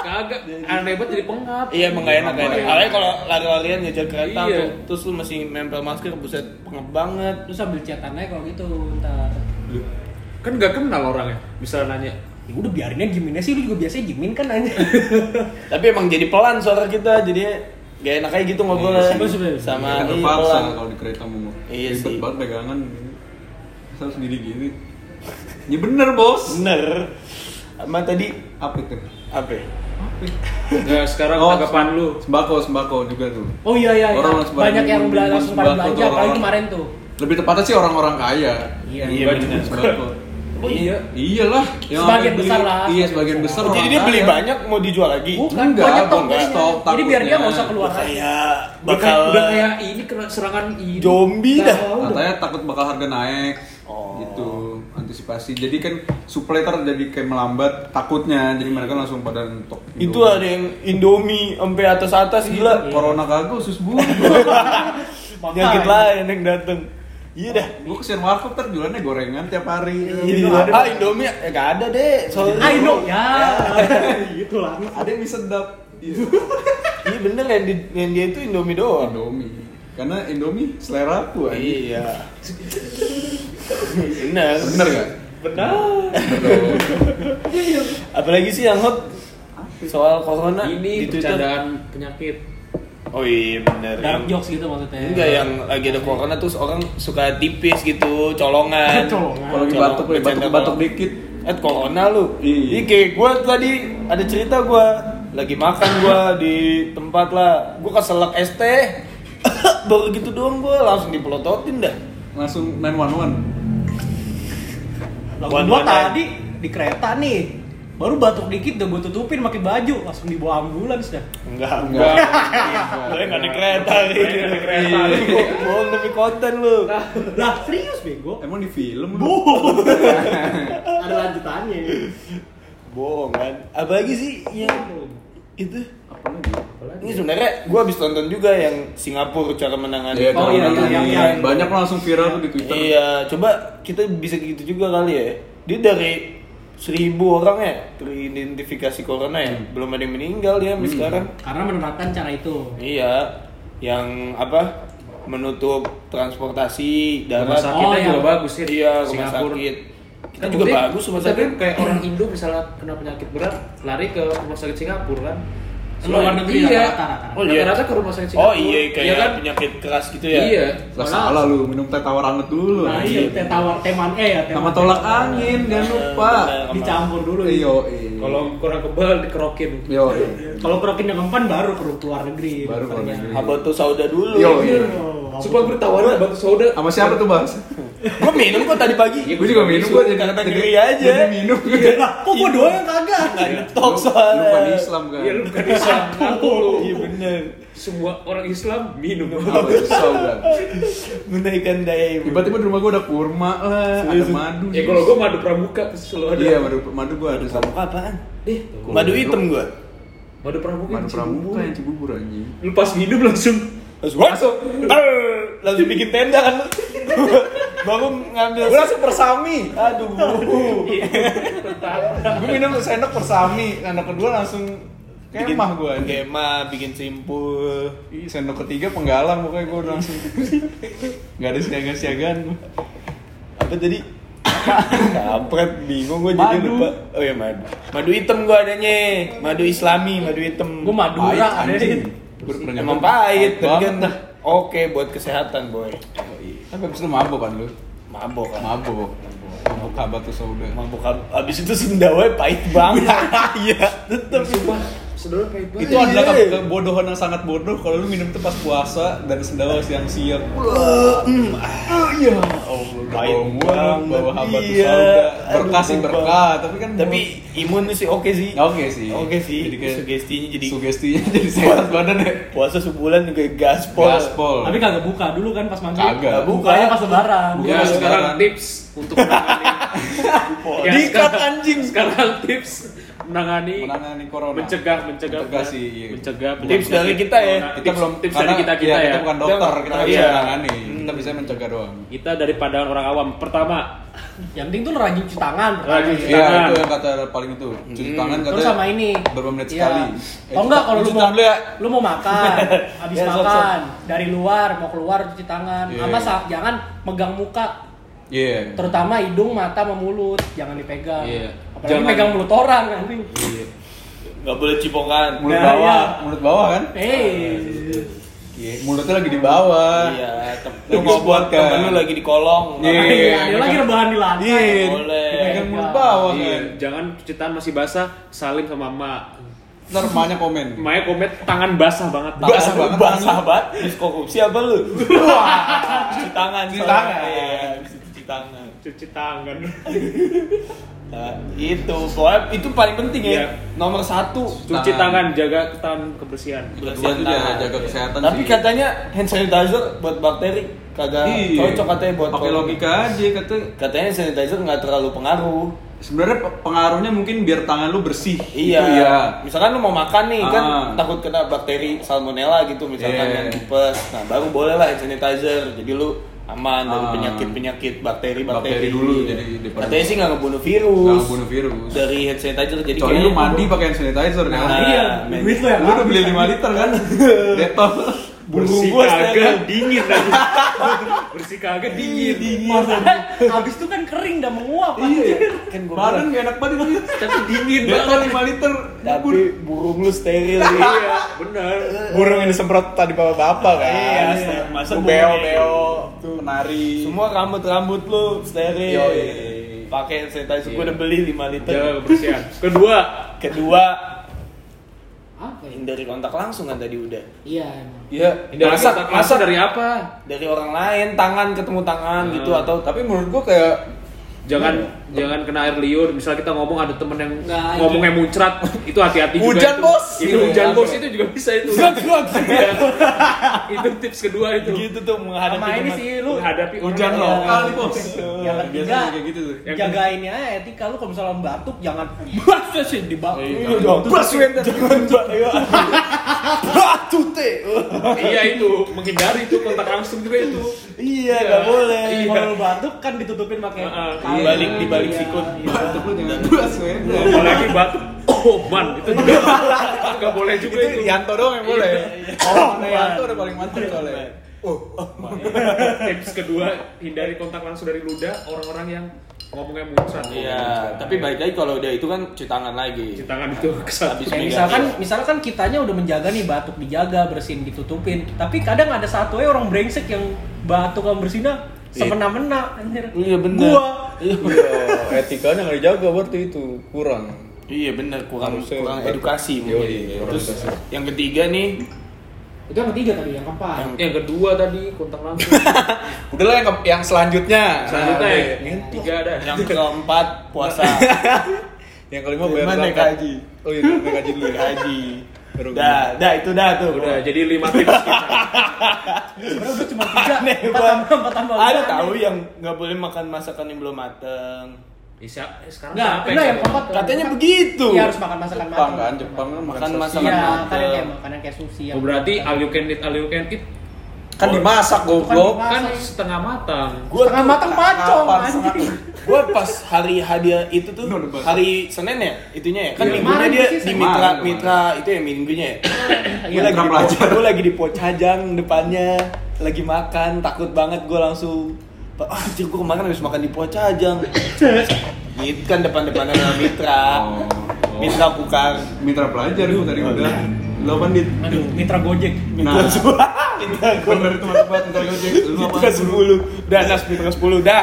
kagak aneh banget jadi pengap.
Iya emang gak enak gak enak.
Iya.
Apalagi kalau lari-larian ngejar kereta
Iya.
tuh, terus lu masih nempel masker buset pengep banget.
Lu sambil chatan aja kalau gitu ntar.
Kan gak kenal orangnya. Bisa nanya,
Ya udah biarinnya giminnya sih lu juga biasanya gimin kan anjing.
Tapi emang jadi pelan suara kita jadinya gak enak aja gitu ngobrol
Iya sih, bener-bener.
sama
Kan
ini
terpaksa
pelan.
kalau di kereta mau.
Iya
Ribet
sih.
banget pegangan. gini. Masa sendiri gini. Ya bener bos.
Bener. Sama tadi
Apa itu?
apa? ya?
"Nah, sekarang
Oh,
tanggapan lu."
Sembako, sembako juga tuh.
Oh iya iya. iya.
Orang langsung pada
Banyak yang
gimin,
bela- langsung pada
sembako
belanja
tuh
apalagi
orang-orang.
kemarin tuh.
Lebih tepatnya sih orang-orang kaya.
Iya.
Iya,
Yang
bener.
banyak sembako.
Oh iya.
Iyalah. yang
Sebagian
beli-
besar lah.
Iya, sebagian besar.
Oh, jadi
orang
dia beli
ya.
kaya.
banyak mau dijual lagi.
Bukan banyak
Enggak, gua enggak
tongkrongannya.
stok
Jadi biar dia nggak usah
takutnya.
keluar
Iya.
lagi.
Kayak
Udah kayak-
bakal
udah kayak ini kena serangan ini.
zombie dah.
Katanya Nah, takut bakal harga naik.
Oh.
Gitu, antisipasi. Jadi kan supply ter jadi kayak melambat takutnya. Jadi mereka langsung pada untuk Eh,
Itu ada yang Indomie sampai
Iya.
atas-atas gila.
Corona kagak usus bulu.
ya.
Penyakit lain yang dateng. Iya dah.
Gue kesian warkop ntar jualannya gorengan tiap hari. Gitu.
Iya. Ah Indomie ya gak ada deh. Soalnya
Ah, Indo. Ya. Gitu lah.
Ada yang mie sedap. Iya. Oh,
Iya bener yang, di, yang dia itu Indomie doang.
Indomie. Karena Indomie selera aku aja.
Iya. bener.
Bener gak?
Benar.
Apalagi sih yang hot soal corona
Ini
Nah, di Twitter.
bercandaan penyakit.
Oh iya bener.
Dark
Yang-
jokes gitu maksudnya.
Enggak ya. yang lagi ada corona terus orang suka tipis gitu, colongan.
Colongan.
Kalau lagi batuk,
Colong- bercanda
batuk-batuk
colong.
dikit.
Eh corona lu. Iya.
Iya.
kayak gue tadi ada cerita gue lagi makan gue di tempat lah. Gue keselak es teh. Baru gitu doang gue langsung dipelototin dah.
Langsung 911.
Lah
Wan-
gua
wan-
tadi di kereta nih. Baru batuk dikit udah gua tutupin pakai baju, langsung dibawa ambulans dah.
Enggak, enggak.
Enggak.
Gue enggak ada kereta hari ini.
Nggak ada kereta.
Iya. Bohong demi konten lu.
Lah serius bego.
Emang di film lu?
Bohong.
Eh,
Ada lanjutannya.
Bohong kan. Apalagi sih yang itu
Apa lagi?
ini sebenarnya gue habis nonton juga yang Singapura cara menangani
Iya,
Oh,
oh,
iya, iya, iya.
banyak langsung viral tuh di Twitter.
Iya, coba kita bisa gitu juga kali ya. Dia dari seribu orang ya teridentifikasi corona ya,
Hmm.
belum ada yang meninggal dia sampai sekarang.
Karena menerapkan cara itu.
Iya, yang apa menutup transportasi
Rumah
darat.
sakitnya
iya.
juga bagus sih.
Oh, Iya, rumah
Singapura.
sakit. Kita
Kan
juga
berarti-
bagus rumah
tapi
sakit.
kayak orang Indo misalnya kena penyakit berat lari ke rumah sakit Singapura kan
Luar
Soalnya-
negeri
iya.
rata-rata.
oh iya rata ke rumah sakit Singapura
Oh iya, kayak
kan?
penyakit keras gitu ya.
iya
Lah salah lu minum teh tawar anget dulu.
Nah, iya, teh tawar teman eh ya teh
Sama
manis.
tolak angin, jangan lupa.
dicampur dulu.
Iya,
kalau kurang kebal dikerokin
Yo, iya.
Kalau kerokin yang keempat baru ke luar negeri. Oh,
Baru ke luar
biasanya.
negeri.
Abah tuh sauda dulu.
Yo,
Iya.
iya.
Sumpah gue tawaran batu soda
Sama siapa tuh, Bas?
Gua minum kok tadi pagi.
Iya,
Gue juga minum, gue jadi
Kata
jadi-
ngeri aja.
Jadi minum.
Lah, kok gua doang yang kagak?
Tok
Iya. Lu-
soalnya.
Lu bukan Islam kan?
Iya lu bukan Islam ngaku lu
Iya bener.
Semua orang Islam minum
Apa itu, saudara?
Menaikkan daya ibu.
Tiba-tiba di rumah gue ada kurma lah, ada
Serius.
madu.
Ya kalau gue madu pramuka terus lu ada
Iya, madu madu gue ada sama
Pramuka apaan?
Deh,
Madu hitam gua.
madu pramuka
madu pramuka yang
Cibubur.
cibubur anjing.
Lu pas minum langsung
Langsung masuk. Langsung bikin tenda kan. lu. Baru ngambil. Iya.
Gue langsung persami.
Aduh.
Gue minum sendok persami, sendok kedua langsung kemah gue anjing.
Kemah bikin simpul.
Ih, sendok ketiga penggalang pokoknya gue langsung Gak ada siaga-siagaan gue
Apa tadi? Kampret bingung gue jadi
Madu.
lupa. Oh ya madu. Madu hitam gua adanya. Madu Islami, madu hitam.
Gua Madura
Pahit anjing
anjing.
Gue pernah
Emang pahit, tapi
banget
kan
dah Oh, iya.
oke buat kesehatan boy.
Tapi abis itu mabok kan lu
Mabok kan.
Mabok Mabok kabat tuh sauda
Mabok ab- abis itu sendawa pahit banget. Iya, tetep.
Sumpah
Saudara pahit banget.
itu adalah ke- kebodohan yang sangat bodoh kalau lu minum itu pas puasa dan sendawa siang siang iya allah
Pahit
bau buang
banget.
bau habat
Iya.
sauda berkah
Aduh,
sih
bau
berkah
banget.
tapi kan Ya
Tapi imun sih oke sih.
Oke sih.
Oke sih.
Jadi kayak-
Sugestinya jadi
sugestinya jadi sehat badan ya
puasa sebulan juga gaspol.
gaspol
Tapi kagak buka dulu kan pas maghrib.
Kagak.
Bukanya pas lebaran.
Buka.
Ya sekarang
Bukan Iya, sekarang.
tips untuk menangani Ya,
Dikat
sekarang-
anjing.
Sekarang tips menangani
menangani corona
mencegah mencegah benar.
Mencegah sih, iya.
mencegah
Tips dari
penyakit
kita ya.
corona.
kita
tips,
belum
tips dari
karena-
kita kita
iya,
ya
kita bukan dokter kita nggak bisa
Iya.
menangani kita bisa mencegah doang
kita dari pandangan orang awam pertama
Yang penting tuh lu rajin cuci tangan.
Rajin cuci
Iya
tangan.
itu yang kata paling itu cuci tangan katanya
Terus sama ini.
berapa menit
Iya.
sekali Eh,
Oh enggak kalau lu
cuci
mau
tangan dulu ya
lu mau makan, habis
Ya, sok-sok.
makan, dari luar mau keluar cuci tangan.
Iya.
Sama sa- jangan megang muka,
iya
terutama hidung, mata, sama mulut. Jangan dipegang.
Iya.
Apalagi
Jangan.
megang mulut orang anjing.
Iya.
Gak boleh cipokan.
mulut
Nah,
bawah
iya.
mulut bawah kan
Eh.
Iya, mulutnya lagi di bawah
Iya, tem- lu
Lu mau
mau buat
buatkan.
temen lu lagi di kolong.
Iya.
Iya, dia lagi rebahan di lantai.
iya
Boleh.
dipegang mulut bawah
iya,
kan
jangan cuci tangan masih basah salim sama emak
ntar emaknya komen
Maya komen tangan basah banget
Basah
Tangan lu
banget,
Basah
tangan.
banget. Terus korupsi apa lu? Wah, cuci tangan.
Cuci
soalnya.
tangan.
Iya, habis itu cuci tangan.
cuci tangan
Nah,
Eh,
itu soalnya itu paling penting ya.
Iya.
Nomor satu.
cuci
Tangan.
tangan jaga ketahan kebersihan
kedua itu jaga, jaga kesehatan
Tapi
sih.
katanya hand sanitizer buat bakteri kagak
Iya.
cocok katanya buat
pakai
corona.
logika aja kata
Katanya hand sanitizer nggak terlalu pengaruh.
sebenarnya pe- pengaruhnya mungkin biar tangan lu bersih
Iya.
Itu iya
Misalkan lu mau makan nih kan
Ah.
takut kena bakteri salmonella gitu misalkan
Iya.
yang tipes. Nah, baru boleh lah hand sanitizer. Jadi lu aman dari
Ah.
penyakit-penyakit bakteri-bakteri
Bakteri dulu, jadi daripada-
Katanya sih nggak ngebunuh virus.
Nggak ngebunuh virus.
Dari hand sanitizer jadi
kecuali
kayaknya-
lu mandi pakai hand sanitizer kan
Iya. Nah,
Iya,
men.
duit lu yang
lu udah
habis,
beli
anjing.
5 liter kan detol
Burung
bersih
gua
ya
kagak
kan?
steril.
dingin lagi bersih kagak dingin
Masalahnya, habis itu kan kering dan menguap.
iya
Kan gua
badan gak enak banget gitu
tapi dingin
detol
banget
5 liter
Tapi burung lu steril nih.
iya bener
burung yang disemprot tadi bapak-bapak
Ah,
kan
Iya, masa
Lu
burung
beo-beo
penari
Semua rambut-rambut lu steril.
Yoi.
Pakai hand sanitizer gua udah beli 5 liter.
Iya.
jaga kebersihan kedua
Iya. Kedua,
Apa ya?
hindari kontak langsung kan tadi udah.
Iya, emang.
iya
Masak,
kontak
masak.
langsung dari apa
Dari orang lain, tangan ketemu tangan
Hmm.
gitu atau
tapi menurut gua kayak
jangan
Iya.
jangan kena air liur misal kita ngomong ada temen yang
Nggak,
ngomongnya muncrat itu hati-hati juga
Hujan,
itu.
Bos.
itu
Iya,
hujan bos
langsung.
itu juga bisa itu Iya. itu tips kedua itu Nah,
gitu tuh menghadapi
Sama ini
teman.
sih lu
lu hadapi
hujan
orang-
lokal nih bos
Yang ketiga,
biasanya kayak gitu tuh
Yang
jagainnya etika lu kalau misalnya batuk jangan baca sih di
Iya dong. Iya.
Basuin dan-
Jangan Mbak. Ayo. Batute.
iya itu menghindari itu kontak langsung juga itu
Iya, enggak boleh.
Kalau lu batuk kan ditutupin pakai
Heeh.
kain.
Dibalik dibalik
Iya,
sikut.
iya.
Batuk lu jangan bos men
apalagi batuk oh man itu juga itu nggak boleh juga
itu
itu
Yanto doang yang boleh oh Yanto udah paling mantap soalnya
ya.
tips kedua hindari kontak langsung dari ludah orang-orang yang ngomongnya muncrat
Iya, tapi baik lagi kalau udah itu kan cuci tangan lagi.
cuci tangan itu kesatu
Habis
Kayak
megang.
misalkan misalkan kitanya udah menjaga nih batuk dijaga, bersin ditutupin. Tapi kadang ada satu aja orang brengsek yang batuk sama bersinnya semena-mena anjir.
Iya benar.
Gua
Iya.
etikanya nggak dijaga berarti itu kurang
Iya benar kurang
Harusnya
kurang
bagus.
edukasi
Yoi,
mungkin.
kurang
Terus
edukasi.
yang ketiga nih
itu yang ketiga tadi, yang keempat.
Yang-
yang kedua tadi kontak langsung
udahlah yang, ke- yang selanjutnya
selanjutnya
Nah,
ya, tiga ada
yang keempat puasa
yang kelima
Kelima
bayar
naik
zakat.
haji.
oh iya naik haji dulu ya
haji.
Baru
Dah, dah itu dah tuh.
udah jadi lima tips kita
Sebenarnya udah cuma tiga,
Aneh
empat
banget.
tambah empat tambah.
Ada
Aneh.
tahu yang nggak boleh makan masakan yang belum mateng.
Eh, siap- eh, sekarang
Enggak,
siapa
enggak yang
ngomong?
keempat.
Katanya begitu.
Iya harus makan masakan
Jepang
matang.
kan Jepang kan
Makan
makan
masak.
masakan
Iya,
Masakan
kalian
matang.
kayak makanan kayak sushi.
Oh, berarti all you can eat, all you can eat
kan dimasak goblok
Masak.
kan setengah matang
Gua
setengah
tuh-
matang pacong
Kapan
anjing.
gue pas hari hadiah itu tuh
Udah, udah, udah.
hari Senin ya itunya ya kan
Iya.
minggunya
Kemarin
dia
sih,
di
Senin.
mitra
Kemarin,
mitra itu ya minggunya ya gue
Iya.
lagi
Mitra pelajar.
gue lagi di Pocajang depannya lagi makan takut banget gue langsung ah anjir gue kemarin habis makan di Pocajang itu kan depan-depan ada mitra
Oh.
mitra kukar
mitra pelajar lu tadi udah lo bandit
Aduh, mitra Gojek.
mitra
Nah.
dua mitra gua
bener itu mantep banget mitra gojek lu Nah. apa
mitra sepuluh dah nas mitra sepuluh dah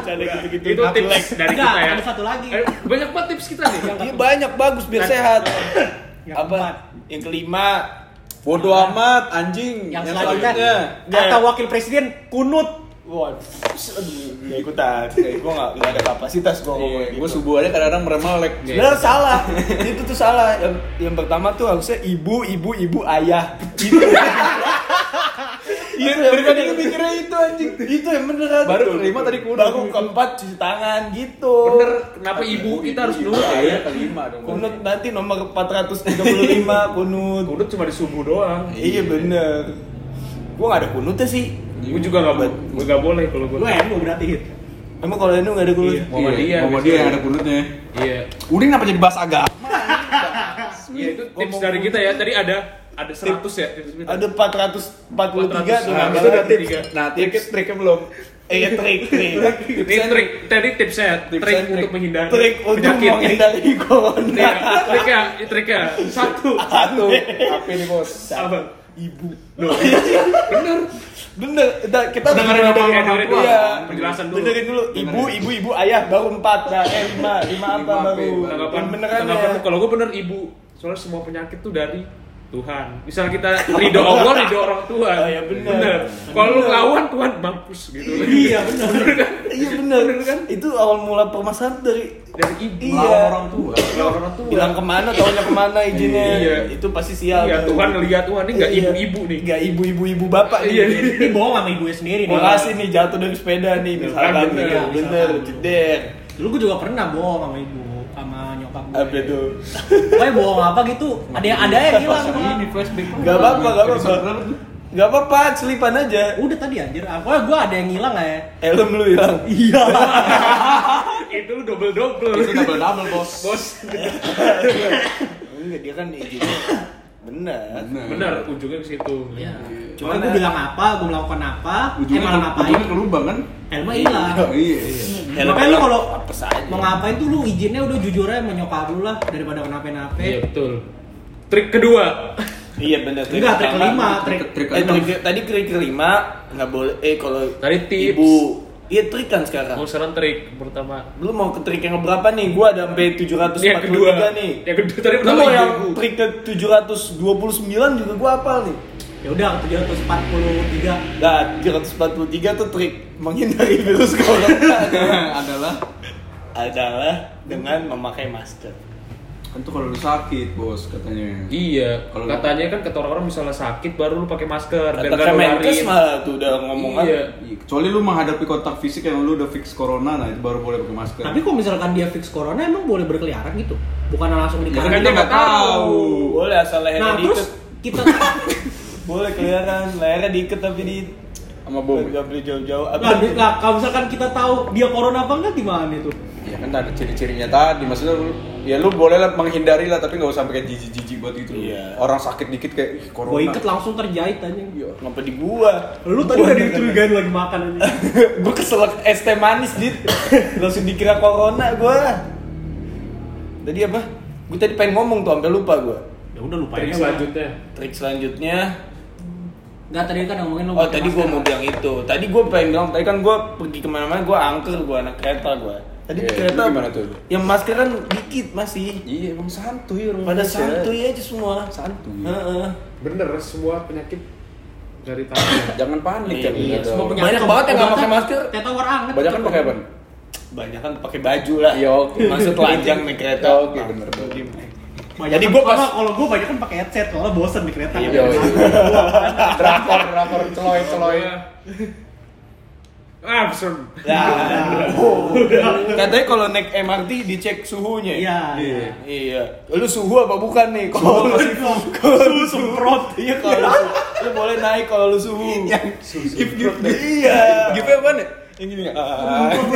bercanda gitu-gitu
itu
Aku
tips
like.
dari
Enggak,
kita ya
ada satu lagi.
Eh, banyak banget tips kita nih
Iya banyak bagus biar sehat.
Yang
apa?
keempat.
Yang kelima.
Bodoh amat anjing.
Yang selanjutnya kata
Nggak.
wakil presiden kunut.
Wah, aduh, gak ikutan. Gue gak, nggak ada kapasitas gue ngomong gitu. Iya,
Gue subuhannya kadang-kadang merem melek.
Sebenarnya salah. itu tuh salah. Yang, yang pertama tuh harusnya ibu, ibu, ibu, ayah. Gitu. Itu. Iya,
Dari tadi lu mikirnya itu anjing.
itu yang beneran.
Baru kelima tadi kunut.
Baru keempat cuci tangan gitu.
Bener, kenapa ibu kita harus nurut
Iya,
ya?
kelima dong.
Kunut nanti nomor 435 kunut.
Iya.
Kunut cuma di subuh doang.
Iya bener. Gue gak ada kunutnya sih.
Gue juga nggak bo- gua nggak boleh kalau gue.
Lu emu berarti.
Emang kalau Enu gak ada kunut?
Iya.
Muhammadiyah.
Muhammadiyah
yang
yang
ada
ada
kunutnya.
Iya.
Udin kenapa jadi bahas agama?
Iya itu tips dari kita ya. Tadi ada ada 100 ya tips kita.
Ada 443 tuh
Nah,
namanya.
itu udah tips.
Nah, tips triknya belum.
Iya trik trik.
Ini trik, tadi tipsnya, ya, trik
Tipsnya,
untuk
trik.
menghindari
Trik untuk
penyakit.
menghindari corona.
Iya, triknya, triknya satu,
Satu. HP nih, Bos?
apa? Ibu. Loh,
Bener, udah, kita
Dengerin
harus-
dulu, dengerin dulu.
Iya.
Penjelasan dulu.
Dengerin dulu. Ibu, ibu, ibu, ayah baru empat, nah, eh lima, lima apa
Lima,
baru?
Be.
tanggapan,
Yang beneran
tanggapan.
ya.
Kalau gue bener ibu, soalnya semua penyakit tuh dari Tuhan. Misal kita ridho Allah, ridho orang tua.
Oh, iya, bener.
Kalau lu
Bener.
lawan Tuhan mampus gitu.
Iya bener. Iya bener kan? Itu awal mula permasalahan tuh dari
Dari ibu.
Iya.
Lawan orang tua.
Lawan orang tua.
bilang "Iya, kemana, taunya kemana izinnya.
Iya.
Itu pasti sial.
Iya, Tuhan ngeliat Tuhan ini
Iya.
nggak ibu-ibu nih.
Gak ibu-ibu ibu bapak
Iya.
nih.
Ini bohong sama ibunya sendiri nih.
Mau kasih nih jatuh dari sepeda nih
Iya,
misalkan
kan, bener,
nih.
misalkan.
Bener, jeder.
Dulu gue juga pernah bohong sama ibu, sama nyokap gue.
Apa itu?
Pokoknya bohong apa gitu, ada yang ada yang hilang. Bang.
flashback.
Gak apa-apa, gak apa-apa. Gak apa-apa, selipan aja.
Udah tadi anjir, ah, pokoknya gue ada yang hilang ya.
Elem lu hilang.
Iya.
Itu lu double-double.
Iya.
Itu double-double, Bos.
Bos.
Enggak, dia kan izinnya. Bener.
Benar, ujungnya ke situ.
Iya.
Cuman
Cuman gue
ada-
bilang apa, gue melakukan apa,
Ujungnya
emang ngapain,
ujungnya ke lubang kan?
Elma hilang.
Iya, iya.
Elem
Makanya lu
hilang,
kalau
apes aja.
mau ngapain tuh lu izinnya udah jujur aja menyokap lu lah daripada kenapa-napa.
Iya, betul. Trik kedua.
Iya bener.
Enggak, trik
pertama.
kelima, trik
Trik- Trik
Eh,
enam.
trik, tadi trik kelima nggak boleh. Eh kalau
Tadi tips.
ibu, iya trik kan sekarang.
Mau saran trik pertama.
Lu mau ke trik yang berapa nih? Gua ada sampai 743
Yang kedua.
nih.
Yang kedua tadi
Lu
pertama
mau
ibu.
yang trik ke 729 juga gua hafal nih.
Ya udah, 743.
Nah, 743 tuh trik menghindari virus corona
Adalah
adalah dengan memakai masker.
kan tuh kalau lu sakit, Bos, katanya.
Iya,
Kalau
katanya kan kata orang-orang misalnya sakit baru lu pakai masker biar
Kata
nggak
Kemenkes
nularin.
mah tuh udah ngomong kan.
Iya.
Iya, kecuali lu menghadapi kontak fisik yang lu udah fix corona nah itu baru boleh pakai masker
Tapi kalau misalkan dia fix corona emang boleh berkeliaran gitu. Bukan langsung di
Iya,
ya kan
Kan
karantina.
kita
dia
nggak
nggak
tahu
Boleh asal lehernya
Nah,
diikat.
terus kita
Boleh kelihatan lehernya diikat tapi di
sama bom
Gak boleh jauh-jauh.
Nah, di- nah, kalau misalkan kita tahu dia corona apa enggak gimana itu?
ya kan ada ciri-cirinya tadi maksudnya lu, ya lu boleh lah menghindari lah tapi nggak usah sampai kayak jijik-jijik buat gitu
Iya.
orang sakit dikit kayak "Ih, corona
Gue iket langsung terjahit aja.
Iya.
Ngapa di gua?
Lu tadi udah dicurigain lagi makan aja.
gua keselak es teh manis, Dit. Langsung dikira corona gua. Tadi apa? Gua tadi pengen ngomong tuh sampai lupa gua.
Ya udah lupain
Trik
aja.
selanjutnya.
Trik selanjutnya
Enggak tadi kan ngomongin lu
Oh
pakai
tadi gue
masker.
mau bilang itu. Tadi gue pengen bilang. Tadi kan gue pergi kemana-mana gue angker gue anak kereta gue. Tadi
Iya,
kereta
lu gimana tuh?
Yang masker kan dikit masih.
iya emang santuy orang
Pada
iya.
Indonesia.
santuy aja semua.
Santuy.
Heeh.
Bener, semua penyakit dari tangan.
jangan panik
Iya,
kan
iya,
ada
Semua
orang.
penyakit
Banyak banget yang nggak
obatnya
pakai masker.
Teh tawar anget.
banyak kan pakai apa
Banyak kan pakai baju lah.
Iya, oke. Iya,
Masuk telanjang naik kereta.
Oke, bener.
Banyak
Jadi
kan-
gua pas-
soalnya kalau gue banyak kan pakai headset soalnya bosen di kereta.
Iya, iya. drakor drakor celoy celoy
Ah, serem.
Nah, katanya kalau naik MRT dicek suhunya.
Iya.
Iya.
Iya. Lu suhu apa bukan nih? Kalau lu suhu semprot. Iya kalau lu suhu. lu boleh naik kalau lu suhu.
give give
Iya. Ah.
give apa nih yang gini ya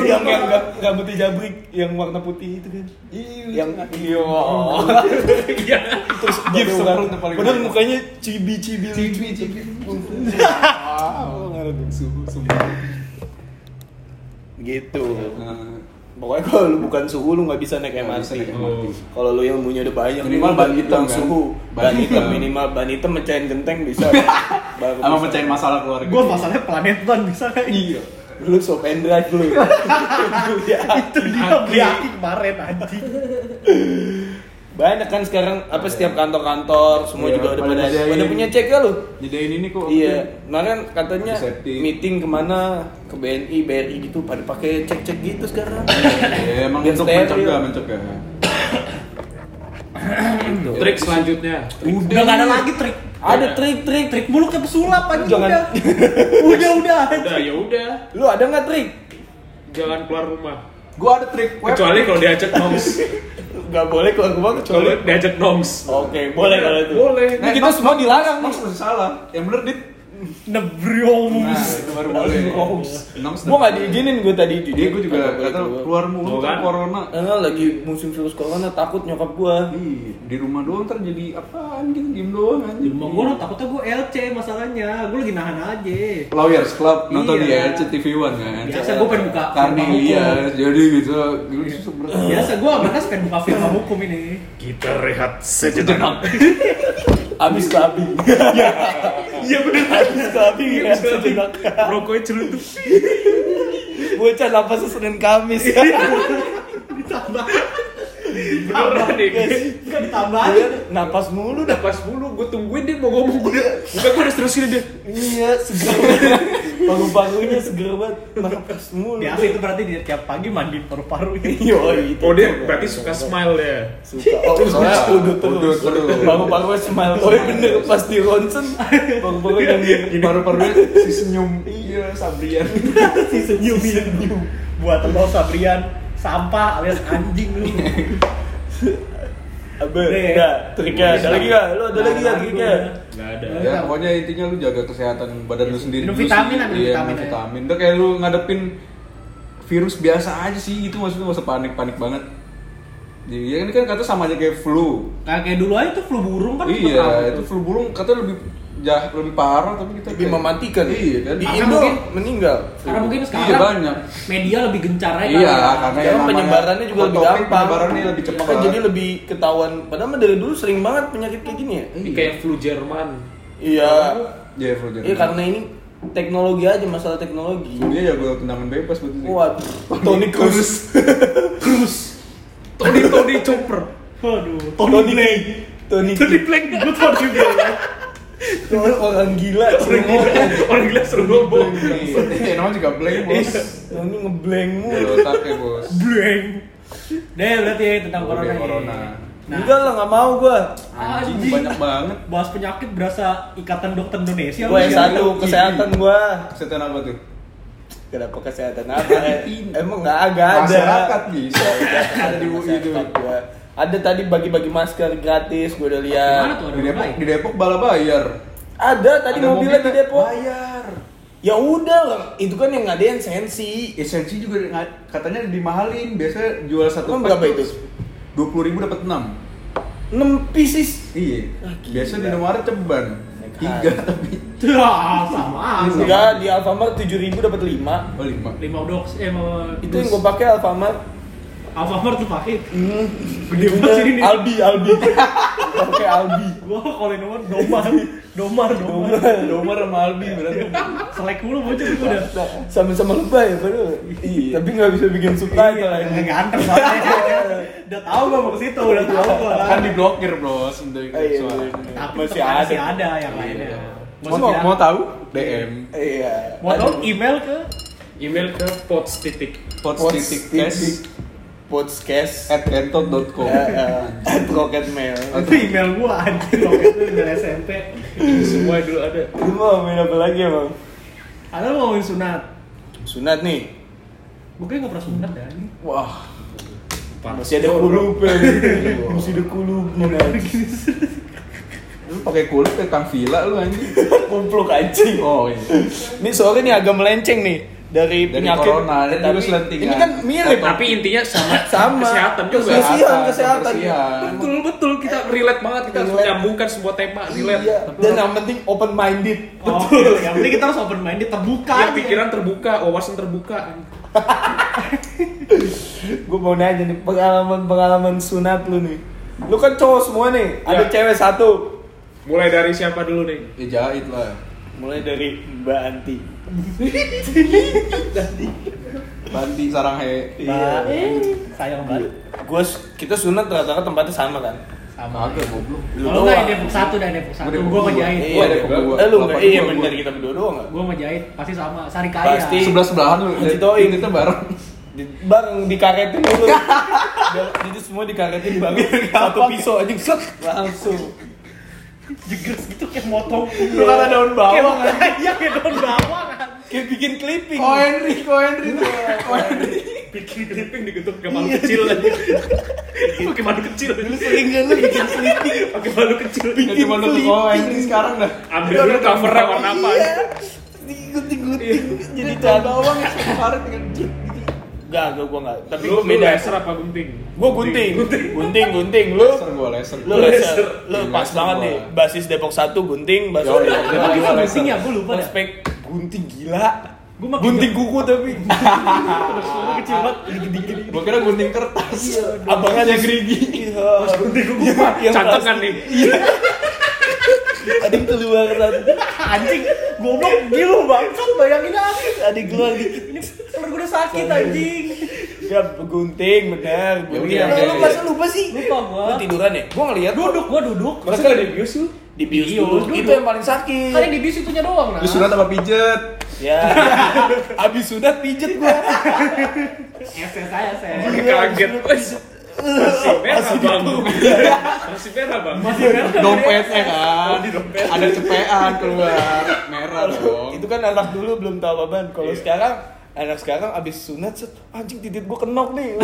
yang yang gak, putih jabrik yang warna putih itu kan yang iya
Iya.
terus
Gift semprot
baru-
yang paling
padahal
enak.
mukanya cibi cibi cibi cibi
suhu suhu
gitu
Nah,
pokoknya kalau lu bukan suhu lu nggak bisa naik
Nggak bisa
MRT
naik MRT.
kalau lu yang punya udah banyak
Minimal
lu
ban
ban hitam
hitam, kan?
suhu
Ban
ban hitam
hitam.
minimal ban hitam mecahin genteng bisa Baru
sama
bisa.
pecahin masalah keluarga
Gue masalahnya planet kan, ban bisa kayak
iya
lu so pendrive lu Ya.
itu dia beli aki kemarin anjing.
Banyak kan sekarang apa setiap kantor-kantor semua
Iya,
juga udah
pada
pada
nyediain.
pada punya cek ya lu.
Jadiin ini kok.
Iya, kemarin katanya
Antiseptik.
meeting kemana ke BNI, BRI gitu pada pakai cek-cek gitu sekarang.
Iya,
Ya, emang
Biar
untuk
steril.
mencegah, mencegah.
Trik selanjutnya.
Udah nggak
iya.
ada lagi trik.
Ada trik-trik,
Trik mulu kayak pesulap aja.
Jangan.
Udah, udah. udah.
Udah ya udah,
Lu ada nggak trik?
jangan keluar rumah.
Gua ada trik web.
Kecuali kalau diajak nongs.
Gak boleh keluar rumah
Kecuali
kecuali.
diajak nongs.
Oke, boleh kalau itu.
Boleh.
Nah,
kita
Nos-
semua dilarang,
Nos masih salah. Yang bener dit. Nah,
Nebrios.
itu baru boleh. Noms
Gua nggak diizinin gua tadi.
Dia Iya, gua juga
Nggak
nggak tahu
boleh
keluar mulu
Tuh kan.
kan corona.
Eh, lagi musim virus corona takut nyokap gua.
Ih, di rumah doang ntar jadi apaan gitu diem doang
Di
anjir.
rumah gue lu takutnya gue LC masalahnya. Gue lagi nahan aja.
Lawyers Club nonton di
Iya.
RCTV One kan.
Biasa gue pengen buka
Karnelia, jadi gitu, gitu susah berat.
Biasa gue Anas pengen buka film hukum ini.
Kita rehat sejenak.
Abis ke abi.
Iya bener.
Abis ke abi.
Iya,
ya,
bisa
sejenak.
Rokoknya celutup.
Bocah lapasnya Senin Kamis.
Iya.
Ditambah.
Beneran nih.
Iya.
Gak ditambahin.
Dia napas mulu dah.
Napas mulu, gue tungguin dia mau ngomong gue. Enggak, gue harus terusin dia.
Iya, seger banget. Paru-parunya seger banget. Napas mulu.
Biasa itu berarti dia tiap pagi mandi paru-paru ini.
Yo,
Iya,
itu.
Oh dia berarti suka smile ya.
suka. Oh, soalnya udut terus.
Udut terus.
Paru-parunya smile. Oh, iya bener pas di ronsen. Paru-paru yang
Paru-parunya si senyum. Iya, Sabrian.
si senyum
iya.
senyum. Buat lo Sabrian sampah alias anjing lu.
Abe,
Nih.
udah, triknya ada lagi gak? Lu ada lagi gak triknya?
Enggak ada.
Ya, pokoknya intinya lu jaga kesehatan badan lu sendiri.
Iya, Minum
dulu sih.
vitamin, ambil vitamin
Iya,
ya.
minum
aja.
vitamin. Udah kayak lu ngadepin virus biasa aja sih, itu maksudnya gak usah panik-panik banget. Jadi ya ini kan kata sama aja kayak flu.
Nah, Kayak dulu aja tuh flu burung kan
Iya, itu flu burung katanya lebih jah, lebih parah tapi kita
Lebih
kayak-
mematikan.
Iya kan.
Di
Karena
Indo
mungkin-
meninggal.
Karena mungkin sekarang
Iya, banyak.
media lebih gencar aja
Iya,
kali ya.
karena
Karena
yang
penyebarannya juga lebih gampang.
Penyebarannya lebih
Iya,
cepat.
Kan jadi lebih ketahuan. Padahal mah dari dulu sering banget penyakit kayak gini ya.
Ini kayak flu Jerman.
Iya.
Iya, flu jadi.
Iya karena ini teknologi aja masalah teknologi.
Dia ya gue tendangan bebas Iya, buat itu.
Waduh, Tony Cruz.
Tony Tony Chopper.
Aduh, Tony Blake.
Tony
Tony
Cruz.
Black gue Tony Black.
Orang- Orang gila.
Orang
semua.
gila, orang gila seru ngomong.
Iya, namanya juga blank bos.
Tony ngeblank
Iya,
mulu.
otaknya bos.
Bleng. Deh, berarti ya tentang
Oke,
corona.
corona.
Nah.
Enggak lah, nggak mau gua.
Anjing
Anjing.
banyak banget.
Bahas penyakit berasa ikatan dokter Indonesia.
Gua
lu
yang
ya.
satu kesehatan gua.
Kesehatan apa tuh?
Kenapa kesehatan apa? Emang nggak agak ada.
Masyarakat bisa.
ada di UI itu. Ada tadi bagi-bagi masker gratis, gue udah lihat.
Mana tuh ada
Di Depok,
Blake?
di Depok bala bayar.
Ada tadi
Ada
mobilnya di
mobilnya,
Depok.
Bayar.
Ya udah lah, itu kan yang ngadain sensi.
Esensi juga nga- katanya dimahalin. Biasanya jual satu
Emang berapa itu?
Dua puluh ribu dapat enam.
6 pieces.
Iya.
Ah, gila.
Biasa di nomor ceban.
Naik harga.
Tiga tapi
Tuh, ah, sama aja.
Enggak, di Alfamart 7000 dapat 5.
oh, lima.
Lima dox eh mau
Itu yang gue pakai Alfamart.
Alfamart tuh pakai.
Hmm.
Gede banget sini nih.
Albi, Albi. Pakai Albi.
Gua kalau yang nomor domar, domar, domar.
Domar.
Nomor sama Albi berarti.
Selek mulu bocah itu udah.
Sama-sama lebay ya, padahal. Tapi nggak bisa bikin subtitle
Iya,
lagi.
ganteng soalnya. Udah tahu gua mau ke situ, udah tahu gua lah.
Kan diblokir bos untuk
Ah, iya,
soal.
iya.
Tapi
Masih
masih ada.
ada.
masih ada yang lainnya.
Mau,
Maksudnya,
mau tahu DM
Iya.
mau tahu email ke
Email ke pots titik.
pots.cash
podcast
at entot.com
Ya, at rocket mail
itu email gua anjing waktu itu email SMP.
Semua dulu ada.
lu mau main apa lagi ya bang
Ada mau ngomongin sunat.
sunat nih
Gue kayak nggak pernah sunat dah. anjing.
wah
Panas.
masih ada kulupnya nih. masih ada kulupnya nih
lu pakai kulit kayak kang villa lu anjing
komplok anjing
oh iya
ini soalnya nih agak melenceng nih dari,
Dari
penyakit
corona, ada
Tapi
juga selentingan.
ini kan mirip
Tapi intinya Iya, sama, Iya,
Sama.
kesehatan juga.
Kesehatan. kesehatan.
Kebersihan.
Betul betul kita relate banget kita harus
Relate.
menyambungkan sebuah tema relate.
Iya. dan yang penting open minded
Oh, Yang penting kita harus open minded, terbuka.
Yang
aja.
Iya, pikiran terbuka, wawasan terbuka.
gue mau nanya nih pengalaman pengalaman sunat lu nih lu kan cowok semua nih ada
Iya.
cewek satu
Mulai dari siapa dulu nih?
ya jahit lah
mulai dari mbak Anti
Banti Saranghae.
Iya.
Eh, sayang banget.
Gua s- kita sunat rata-rata tempatnya sama kan.
Sama.
Agak goblok.
Lu
Kalau enggak
doang.
Depok satu dan Depok satu.
Gua Depok
Gua
dua.
ngejahit.
Iya,
Iya,
Depok.
gua-
Eh, lu
gua-
enggak
gua-
iya
gua-
bener
gua.
kita berdua doang enggak?
Gua ngejahit pasti sama. Sari kaya.
Pasti.
Sebelah sebelahan lu.
Haji Toing.
Itu bareng.
Di, bareng dikaretin dulu. Biar- Jadi semua dikaretin banget satu pisau anjing sok langsung.
Jegers gitu kayak motong.
Lu kata
Kayak
daun bawang Iya,
motong- Iya, kayak daun bawang. kan.
kayak bikin clipping.
Ko Henry, Ko Henry. Ko Henry.
Bikin clipping digentuk pakai palu kecil aja. Pakai palu kecil.
Lu sering kan lu bikin clipping.
Pakai palu kecil.
Ya, Cuma lu Ko Henry sekarang dah.
Ambil dulu covernya warna apa?
Iya. Digunting-gunting Iya. jadi
Daun
tanda.
bawang yang ya, kemarin dengan jit.
Enggak, gua gua enggak. Tapi
Lu
gua
lu
beda.
laser apa gunting?
Gua gunting. Gunting, gunting lu.
Laser gua laser.
Lu
Laser.
laser. Lu pas
Laser
banget
gua.
nih. Basis Depok 1 gunting, basis
iya,
Yoi,
Depok
Depok
dua.
dua.
Gua
laser.
gunting ya, gua lupa dah.
Prospek gunting gila.
Gua makin
gunting kuku tapi
Terus suara kecil banget. Dikit-dikit.
Gua kira gunting kertas.
abangan yang gerigi. Iya. Gunting kuku.
Cantengan nih.
Ada yang keluar satu.
Anjing, goblok gilu bangsat bayangin ah.
Ada yang keluar dikit.
Ini telur gue udah sakit anjing.
Ya gunting bener. Iya, gunting.
udah,
Ya Lu
oke.
masa lupa sih?
Lupa gua.
Lu tiduran ya? Gua ngeliat
Duduk gua duduk.
Masa di Iya, bius lu? Di bius
Bius,
dulu.
duduk.
Itu yang paling sakit.
Kan yang di bis itunya doang nah.
Lu sunat apa pijet?
Ya. Abis sunat pijet gua.
SS Iya, saya
Pakai
SS.
kaget. Wes.
Oh,
Masih merah bang. Masih merah bang.
Masih merah.
Dompetnya kan.
di dompet.
Ada cepean keluar. Merah dong. Iya.
Itu kan anak dulu belum tahu apaan. Kalau sekarang anak sekarang abis sunat set anjing titik gua kenok nih.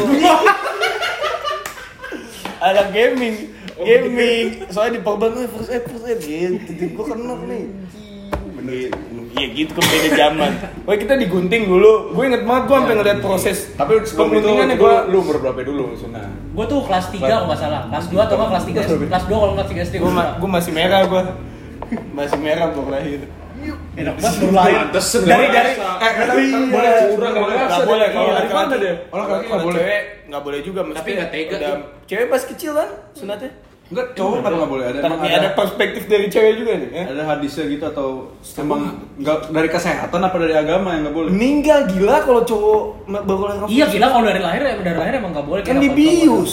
anak gaming,
Oh, iya.
gaming. Soalnya diperban "Eh, first aid, first aid gitu. Titik gua kenok nih. Bener. Iya gitu kan beda zaman. Wah kita digunting dulu. Gue inget banget gue sampai ngeliat proses.
Tapi ya, sebelum itu,
pengguntingannya
gua
gua-
lu umur berapa dulu sunat?
Gua tuh kelas 3 kalau enggak salah. Kelas 2 atau enggak kelas 3 SD. Kelas 2 kalau enggak 3 SD.
Gue masih merah gue. Masih merah baru lahir.
enak banget baru lahir.
Pantesan
Dari
nggak
dari
merasa.
Eh,
boleh
curang, nggak boleh.
Nggak boleh kalau
Dari mana
laki-laki.
dia?
Orang laki nggak
Kalau
boleh.
cewek,
nggak boleh juga. maksudnya
Tapi nggak tega
udah-
tuh.
Cewek pas kecil kan sunatnya.
Enggak, cowok kan nggak boleh ada.
Tapi
emang
ada, perspektif dari cewek juga nih. ya.
ada hadisnya gitu atau emang nggak dari kesehatan apa dari agama yang nggak boleh?
Meninggal gila kalau cowok ma- baru lahir.
Iya gila kalau dari lahir ya dari lahir emang enggak boleh
Kan
kena kontrol.
dibius.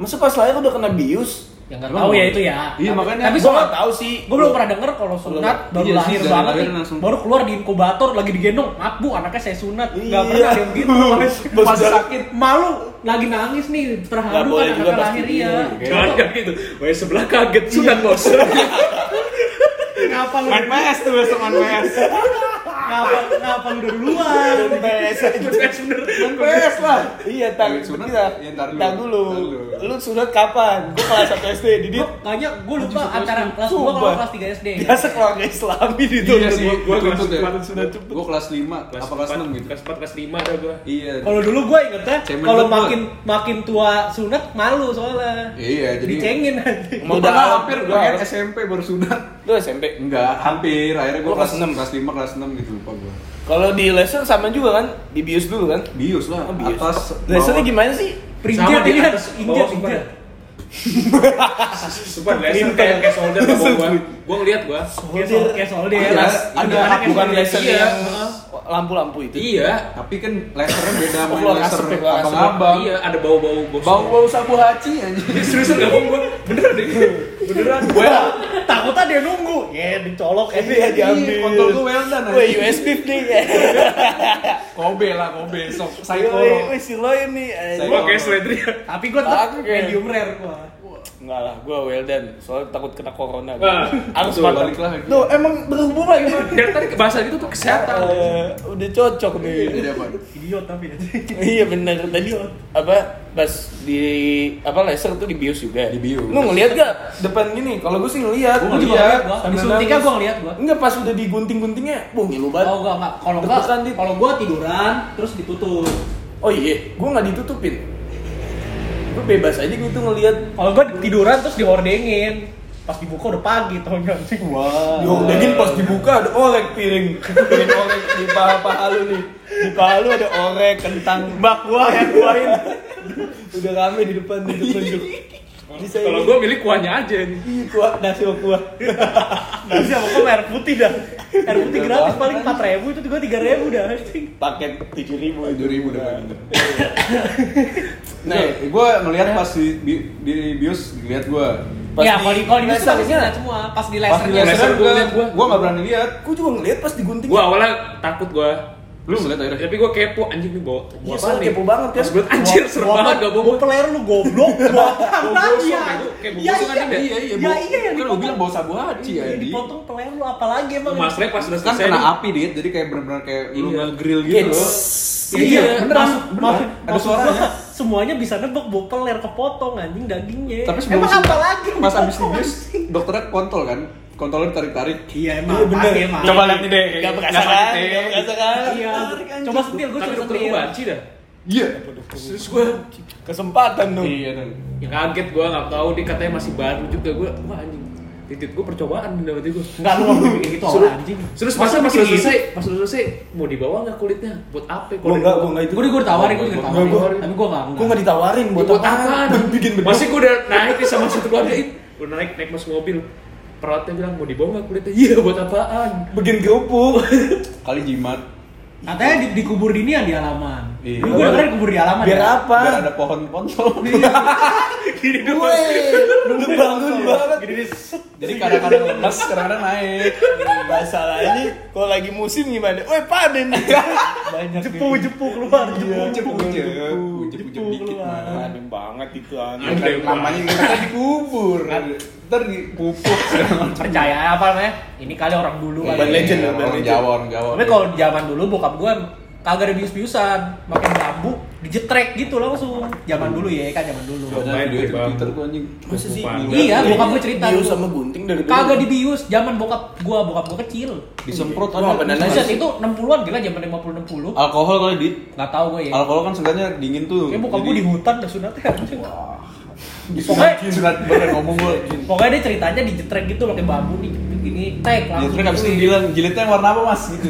Masa pas lahir udah kena bius?
Ya enggak tahu ya itu ya. Tapi-
Iya, makanya
Tapi
Gua
soalnya
nggak tahu sih.
Gue belum pernah denger kalau sunat baru
Iya sih,
lahir
dari
banget
lahir
nih.
langsung.
Baru keluar di inkubator lagi digendong. Maaf bu, anaknya saya sunat. Gak
Iya.
pernah ada yang gitu.
Pas
Pas
udah-
sakit malu lagi nangis nih
Nggak
terharu kan
boleh juga
anaknya
pas
lahir
gini.
ya.
Jangan kayak gitu. Wes sebelah kaget sudah bos.
Ngapa lu?
Main PS tuh besok main PS.
Ngapa? Ngapa lu udah duluan?
Wes bener.
Main PS lah.
Iya, tar
Sunat?
kita.
Iya, ntar dulu.
Tar dulu.
Ntar dulu.
Lu sunat kapan? Gua kelas 1 SD, Didit.
Kayaknya gue lupa antara kelas 2
Sumpah.
kalau kelas 3 SD.
Biasa keluarga Islami itu.
Iya sih,
gua- gua
gua kelas
kelas empat sudah
sudah
cepet.
Gua kelas 5
Kelas
apa kelas
4,
6 gitu.
Kelas 4 kelas 5 dah gua.
Iya.
Kalau dulu gue ingetnya,
Cemen
kalau
banget gua.
makin makin tua sunat malu soalnya.
Iya, jadi-
dicengin anjing.
Mau
Mau
udah
hampir
gua
gua kan
harus-
SMP baru sunat.
Lu SMP.
Enggak, hampir. Akhirnya gua
Gua
kelas
kelas
6, kelas 5, kelas 6 gitu lupa gua.
Kalau di laser sama juga kan? Dibius dulu kan?
Bius lah,
Oh, bius.
atas
Lasernya
bawah.
gimana sih?
Perinjat
di
ini kan,
atas,
injat,
bawah super.
injat.
Super laser kayak kayak solder sama gua. Gua ngeliat gua.
Kayak sol- Kayak solder.
Ada,
Mas.
ada,
Gimana kayak
Bukan
solder?
laser
Iya.
yang ya. lampu-lampu itu.
Iya.
Tapi kan lasernya beda sama
keluar
laser
asap ya, keluar asap.
abang-abang.
Iya, ada bau-bau gosong.
Bau-bau sabu haji anjing.
Ini seriusan gak bohong gua. Beneran deh. Beneran.
Wah, takutnya dia nunggu. Ya dicolok
Eh, dia diambil.
Iya, kontol gua weldan
Weh,
anjing.
US beef nih.
Kobe lah, Kobe. Sok
Weh,
Saikoro.
weh, si Loin nih. Eh,
Gua kayak sledria.
Tapi gua tetap medium rare gua.
Enggak lah, gue well done. Soalnya takut kena corona.
Wah,
Harus
Tuh,
matang.
balik lagi.
Tuh, emang berhubung lagi Bang.
Dari tadi kebahasan itu tuh kesehatan.
Eh, udah cocok nih.
Jadi apa?
Idiot tapi ya.
iya bener tadi apa pas di apa laser tuh dibius juga.
Dibius.
Lu ngeliat gak depan gini? Kalau gue sih ngeliat.
Gua
Gua juga
Iya,
ngeliat gua.
sambil
Disuntiknya
nangis.
gua ngeliat gua.
Enggak pas udah digunting-guntingnya, wah ngilu banget.
Oh, enggak, enggak. Kalau enggak,
Deg-degan, Dit.
kalau gua tiduran terus ditutup.
Oh iya, gue nggak ditutupin. Gue bebas aja gitu ngelihat.
Kalau gua tiduran terus dihordengin. Pas dibuka udah pagi taunya anjing. Wah.
Daging pas dibuka ada orek piring, piring orek di paha-paha lu nih. Di paha lu ada orek, kentang, bak gua yang guain. Udah rame di depan nih tunjuk. Ini saya
Kalau gua milih kuahnya aja nih.
Ih, kuah nasi sama kuah. nasi sama kuah sama air putih dah.
Air putih
Udah
gratis
banget,
paling
anjing.
4 ribu itu gua 3 ribu dah anjing.
Paket 7000
tujuh ribu
Nah.
dapat nah gue ngelihat pas di, di, di bius ngeliat gue
Pas
Ya
di-
kalau di kalau di
laser.
itu bagusnya nggak semua pas di
pas di
lasernya.
laser
gua
gue
ngeliat gua.
gue nggak berani lihat
Gua juga ngeliat pas digunting.
Gua awalnya takut gua.
lu ngeliat akhirnya
Tapi gua kepo anjing nih bawa.
Iya, soalnya kepo banget kan.
Pas gua anjir seru banget gak
Gua
bawa.
player lu goblok, gua apaan
Gua
lagi
gosong,
ya.
itu kayak gua
Ya
gosong
iya.
kan ada.
Iya iya.
iya,
yang
kan lu
dipotong.
bilang bawa sabuaci,
Iya,
Adi.
Dipotong player lu apalagi emang.
Mas Rey pas udah
kan
selesai
kena
nih.
api dit jadi kayak bener-bener kayak lu
Iya.
nge-grill gitu loh
Iya,
bener,
mas-
bener.
maksud-
Ada
maksud
suaranya.
gua, Semuanya bisa nebak bawa peler kepotong anjing dagingnya.
tapi sebelum
Emang apa lagi?
pas abis di
Kepotong,
bius
anjing.
dokternya kontol kan kontolnya tarik-tarik
Iya emang.
Iya, bener.
pasti emang.
Coba lihat nih deh. Gak berasa kan?
sakit,
Gak berasa kan?
Iya.
Tarik, anjing.
Coba setir gua
Tapi
coba
dokter
setir.
gua banci dah.
iya
Terus gua
Kesempatan dong.
iya dong
ya kaget gua nggak tahu dia katanya masih baru juga gua. Wah anjing. Titik gua percobaan nih berarti gua.
Enggak lu nggak boleh bikin gitu
Suruh-
orang anjing.
Terus pas pas
Masa
udah
bikin gitu?
selesai, pas udah selesai mau dibawa nggak kulitnya? Buat apa?
Gua enggak, gua enggak itu.
Gue gue ditawarin, gue juga
Gua-
ditawarin,
gua- gua-
tapi gue nggak.
Gua nggak ditawarin buat
buat
apaan?
apaan?
Bikin bedok.
Masih gue udah naik nih sama satu keluarga itu. Gue naik naik masuk mobil. Perawatnya bilang mau dibawa nggak kulitnya? Iya buat apaan?
bikin kerupuk.
kali jimat
Katanya di, dikubur dinian di halaman.
Iya.
Lu gue dengerin kubur di halaman.
Biar
ya?
apa?
biar ada pohon kontol
Iya.
Gini
Woi,
doang.
lu bangun banget.
jadi kadang-kadang lemes kadang-kadang naik
Masalahnya kalau lagi musim gimana? Woi, panen. Banyak
Jepu jepu keluar jepu jepu.
ujep ujep ujep dikit mah
Panen banget itu
Ya
angin.
kan, namanya juga kan dikubur ntar dipupuk segala macam.
Percaya apa namanya? Ini kali orang dulu kali.
Urban legend,
Iya,
urban
orang
legend.
Jawa orang Jawa
Tapi kalau zaman dulu bokap gue kagak ada bius-biusan, makin bambu dijetrek gitu langsung. Zaman dulu ya kan zaman dulu.
Banyak
Main
video
di
di
bambu.
Twitter gua anjing
Masa sih?
Iya,
Iya,
bokap gua cerita
Bius
dulu.
sama gunting dari dulu.
Kagak dibius, zaman bokap gue bokap gue kecil.
disemprot
Wah,
ada
beneran.
Buset itu 60-an gila zaman 50 60.
alkohol kali dit
Enggak tahu gue ya.
alkohol kan sebenarnya dingin tuh
Kayak bokap gue di hutan udah sunatnya anjing.
pokoknya sunat bener ngomong gua
Pokoknya dia ceritanya dijetrek gitu loh kayak bambu nih gini, tek
dia
langsung. gitu.
terus abis itu
gini.
bilang jilidnya yang warna apa mas gitu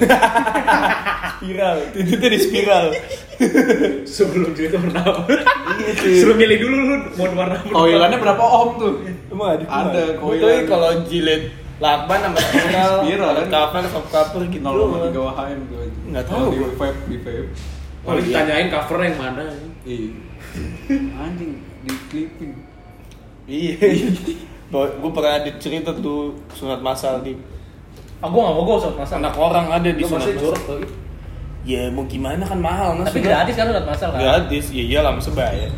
spiral. Titiknya di spiral.
Sebelum cerita pernah. Suruh milih dulu lu mau warna apa.
koilannya Oh, berapa om tuh
Emang ada?
Ada,
koin.
koilan.
kalau jilet lakban sama spiral,
Spiral, kan?
cover sama cover gitu.
0,3 WHM tuh anjing.
Nggak tahu
di
gua.
vape di vape
Kalau ditanyain covernya yang mana?
iya anjing di clipping
Iya. Gue pernah ada cerita tuh sunat masal di
Ah gue nggak mau gue sunat masal.
anak orang ada di
Lu
sunat
masih
masal.
jorok tuh.
Ya mau gimana kan mahal mas.
Tapi
sunat.
gratis kan sunat masal kan.
Gratis, ya iyalah masa bayar.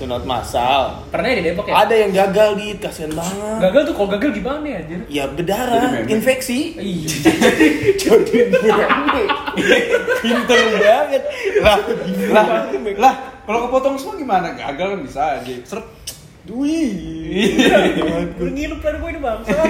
Sunat masal.
Pernah ya di Depok ya?
Ada yang gagal di kasihan banget.
Gagal tuh kok gagal gimana ya anjir?
Ya
Jadi
berdarah,
memek.
infeksi.
Iya.
Jadi memek. Pinter banget. Lah,
lah lah kalau kepotong semua gimana gagal kan bisa aja seret
Dui.
Lu ngilup lah gue ini bangsa.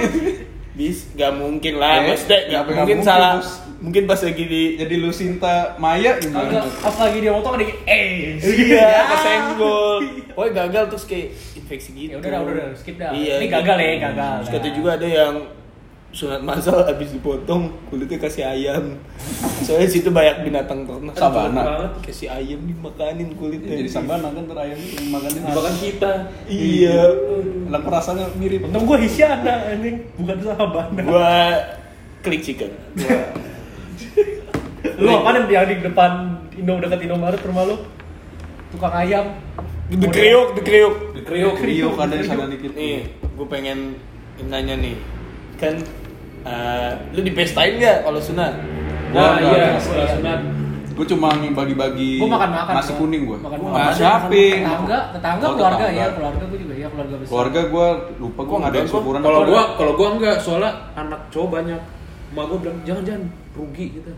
Bis, gak mungkin lah,
Eh,
Mas Dek. Gak
nggak
mungkin,
mungkin,
salah.
Bos. Iya.
Mungkin pas lagi di
jadi Lucinta Maya
Kagak.
gimana
Pas lagi dia motong ada kayak, eh.
Iya, kesenggol. Pokoknya gagal terus kayak infeksi
Ya
gitu.
udah dah, udah dah, skip dah.
Iya,
Ini
gitu.
gagal ya, gagal.
Terus
dah.
kata juga ada yang sunat masal habis dipotong kulitnya kasih ayam. Soalnya situ banyak binatang ternak.
Sabana.
Banget, Kasih ayam dimakanin kulitnya.
Ya, jadi sambal nanti ntar ayam itu makannya
Bahkan kita.
Iya.
Lah rasanya mirip.
Untung gue Hisyana anjing, bukan sahabana.
Gua klik chicken.
Iya.
Lu apa nih yang di depan Indo dekat Indomaret rumah lu? Tukang ayam.
The kriuk, the kriuk.
Kriuk.
Kriuk Iya, ada di sana dikit.
Nih, gue pengen nanya nih. Kan eh, lu dipestain nggak kalau sunat?
Nah
Gua
iya,
nggak.
setelah sunat.
Gue cuma bagi-bagi
Gue makan-makan.
nasi kuning gue.
Makan
Nasi
makan.
api.
Tetangga, tetangga
Oh,
keluarga
tetangga.
ya, keluarga gue juga ya, keluarga besar.
Keluarga gue lupa gue nggak ada yang
Gua-
syukuran.
Kalau gua kalau gua enggak soalnya anak cowok banyak. Emak gua bilang jangan jangan rugi gitu.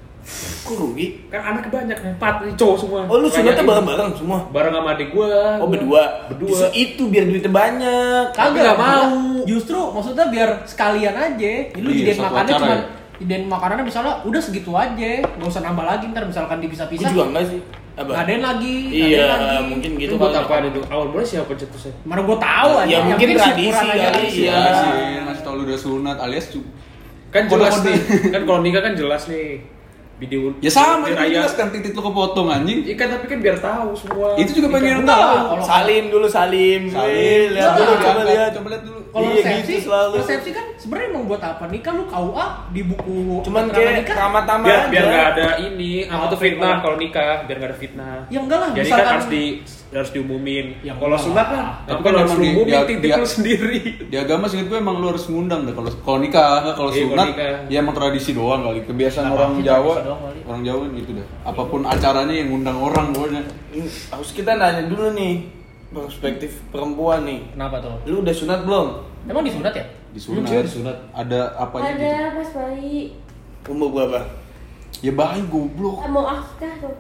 Kok rugi?
Kan anak banyak empat nih cowok semua.
Oh lu sunatnya
Banyakin.
bareng-bareng semua?
bareng sama adik gua.
Oh
Gua-
berdua?
Berdua.
Justru itu biar duitnya banyak
Tapi
Kagak
nggak mau.
Justru maksudnya biar sekalian aja. Lu
Iya,
jadian
satu
makannya
acara
cuma
ya.
jadian makanannya misalnya udah segitu aja, nggak usah nambah lagi ntar misalkan
Gue
dipisah-pisah.
juga enggak sih Apa?
Ngadain lagi,
Iya
ngadain lagi.
mungkin gitu
Itu buat
kali
apaan itu? Awal mulai siapa cetusnya?
Mana gua tahu
Ya,
aja.
ya
yang
mungkin
penting
tradisi
syukuran aja
kali.
dulu.
Iya
Iya.
sih. Ngasih tau lu udah sunat alias cu.
Kan
Kode-kode.
jelas nih. Kan kalau nikah kan jelas nih. video
Ya sama, itu
raya.
jelas kan titik lu kepotong anjing.
Ikan tapi kan biar tahu semua. Iya kan?
Itu
Iya.
juga pengen
enggak.
tahu.
Kalau-
Ah, Salim dulu Salim. Wih, lihat
Coba, Iya,
dulu,
coba
coba lihat.
Coba lihat dulu.
Kalau
Iya,
resepsi,
gitu selalu.
resepsi kan sebenarnya emang buat apa nih? Kan lu KUA di buku
Cuman
keterangan
kayak
nikah.
tamat-tamat
biar
aja.
biar nggak ada ini apa tuh
Maafin
fitnah
orang.
kalau nikah biar nggak ada fitnah
Ya enggak lah,
jadi kan
misalkan-
harus di harus diumumin
Ya
kalau
enggak
sunat
lah.
kan
Tapi
tapi
kan
kalau harus
emang di-
diumumin
dia-
titik
dia-
lu sendiri
Di agama sih gue emang lu harus ngundang deh kalau kalau nikah, nggak kalau
Iya, kalau
sunat
nikah.
ya emang tradisi doang kali. Kebiasaan
Kenapa
orang
sih tradisi
Jawa,
doang kali?
orang Jawa gitu deh. Apapun acaranya yang ngundang orang pokoknya.
Ini, Hmm, Harus kita nanya dulu nih perspektif perempuan nih.
Kenapa tuh?
Lu udah sunat belum?
Emang disunat ya?
Disunat,
Iya, disunat.
Ada apa gitu.
Ada pas bayi
Umur berapa?
Ya bayi goblok.
Eh, mau akikah tuh.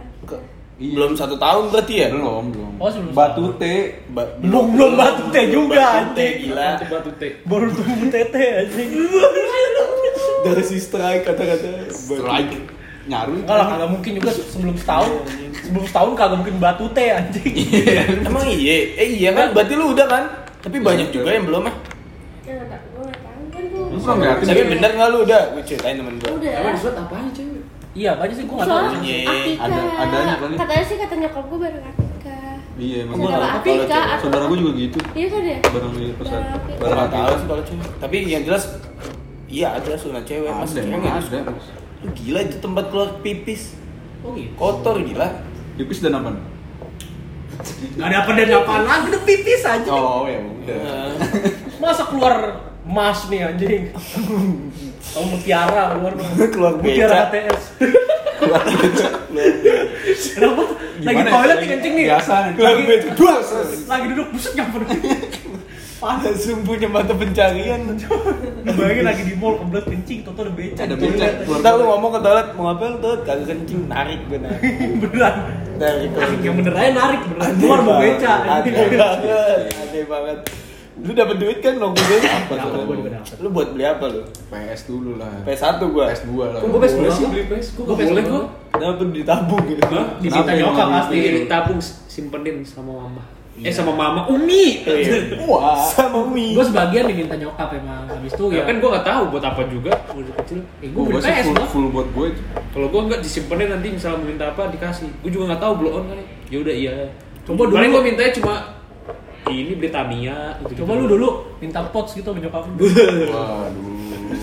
Akikah.
Iya.
Belum satu tahun berarti ya?
belum, belum.
Oh, sebelum
Batu
sunat.
teh
Ba-
Belum belum batu teh juga
Batu teh,
anjing.
gila.
batu Kan teh
Baru tumbuh tete anjing.
Dari si strike kata-kata.
strike nyaru
Enggak lah, kagak mungkin juga sebelum setahun. Sebelum setahun kagak mungkin batu teh anjing.
Emang iya? Eh iya kan? Berarti lu udah kan? Tapi banyak juga yang belum ah.
Ya nggak tahu, gua nggak tahu kan tuh.
Lu kurang kreatif.
Tapi bener nggak lu udah? Gue ceritain temen gue.
Udah.
emang disunat apa aja
Iya, banyak sih gua enggak
Soalnya
Iya.
akikah.
Ada- adanya kali.
Katanya sih kata nyokap gua bareng akikah.
iya emang
Saudara
Kalau-
Afika
kalau-
atau-
saudara gue juga gitu
Iya kan ya?
barang di pasar
Saudara Afika.
Gue
barang
nggak tahu
kita
sih kalau cewek. Tapi yang jelas iya ada sunat cewek. Mas
ada
cewek
emang
nggak
ada
disunat. Lu gila itu tempat keluar pipis.
tahu. Oh gitu.
Kotor gila.
tipis dan apa
Enggak ada pedan apaan lagi, udah pipis aja.
oh ya udah
Eh.
Masa keluar emas nih anjing. Kamu mutiara keluar
Keluar
mutiara
beca.
HTS. Kenapa? Lagi
Gimana ya?
toilet nih kencing nih.
biasa
Keluar
lagi
beca. Dua.
Lagi duduk buset nyamper.
Ada sumbunya mata pencarian.
Bayangin lagi di mall kebelet kencing, toto ada beca.
Ada
di toilet.
beca.
Ntar lu ngomong ke toilet mau ngapain lu toilet? Kagak kencing narik gue narik.
Beneran.
Narik kalau
Yang bener aja narik beneran. Keluar bau beca.
Aneh banget. Aneh banget. Lu dapet duit kan nongkrong gue apa?
Dapet,
tuh?
gua juga
dapet.
Lu buat beli apa lu?
PS dulu lah
PS1 gua.
PS2 lah
Kok gua best
Boleh
sih
kok.
beli best gua
Gua
nggak
best
boleh
dulu.
kok
Dapet ditabung gitu.
Dicinta
Kenapa emang gitu?
nyokap
di-
pasti.
ini tabung simpenin sama mama
Iya.
eh sama mama umi
Iya.
Iya.
Wah. Sama mie.
Gue sebagian diminta nyokap emang. Habis itu ya
ya kan gua nggak tahu buat apa juga udah kecil
Eh, gue
gue
beli
sih
PS
full,
gua.
full buat gue itu
kalau gua nggak disimpenin nanti misalnya mau minta apa dikasih gua juga nggak tahu blow on kali ya udah iya
Coba dulu-
paling gua mintanya cuma ini beli Tamiya gitu
Coba lu dulu minta pots gitu sama nyokap lu.
waduh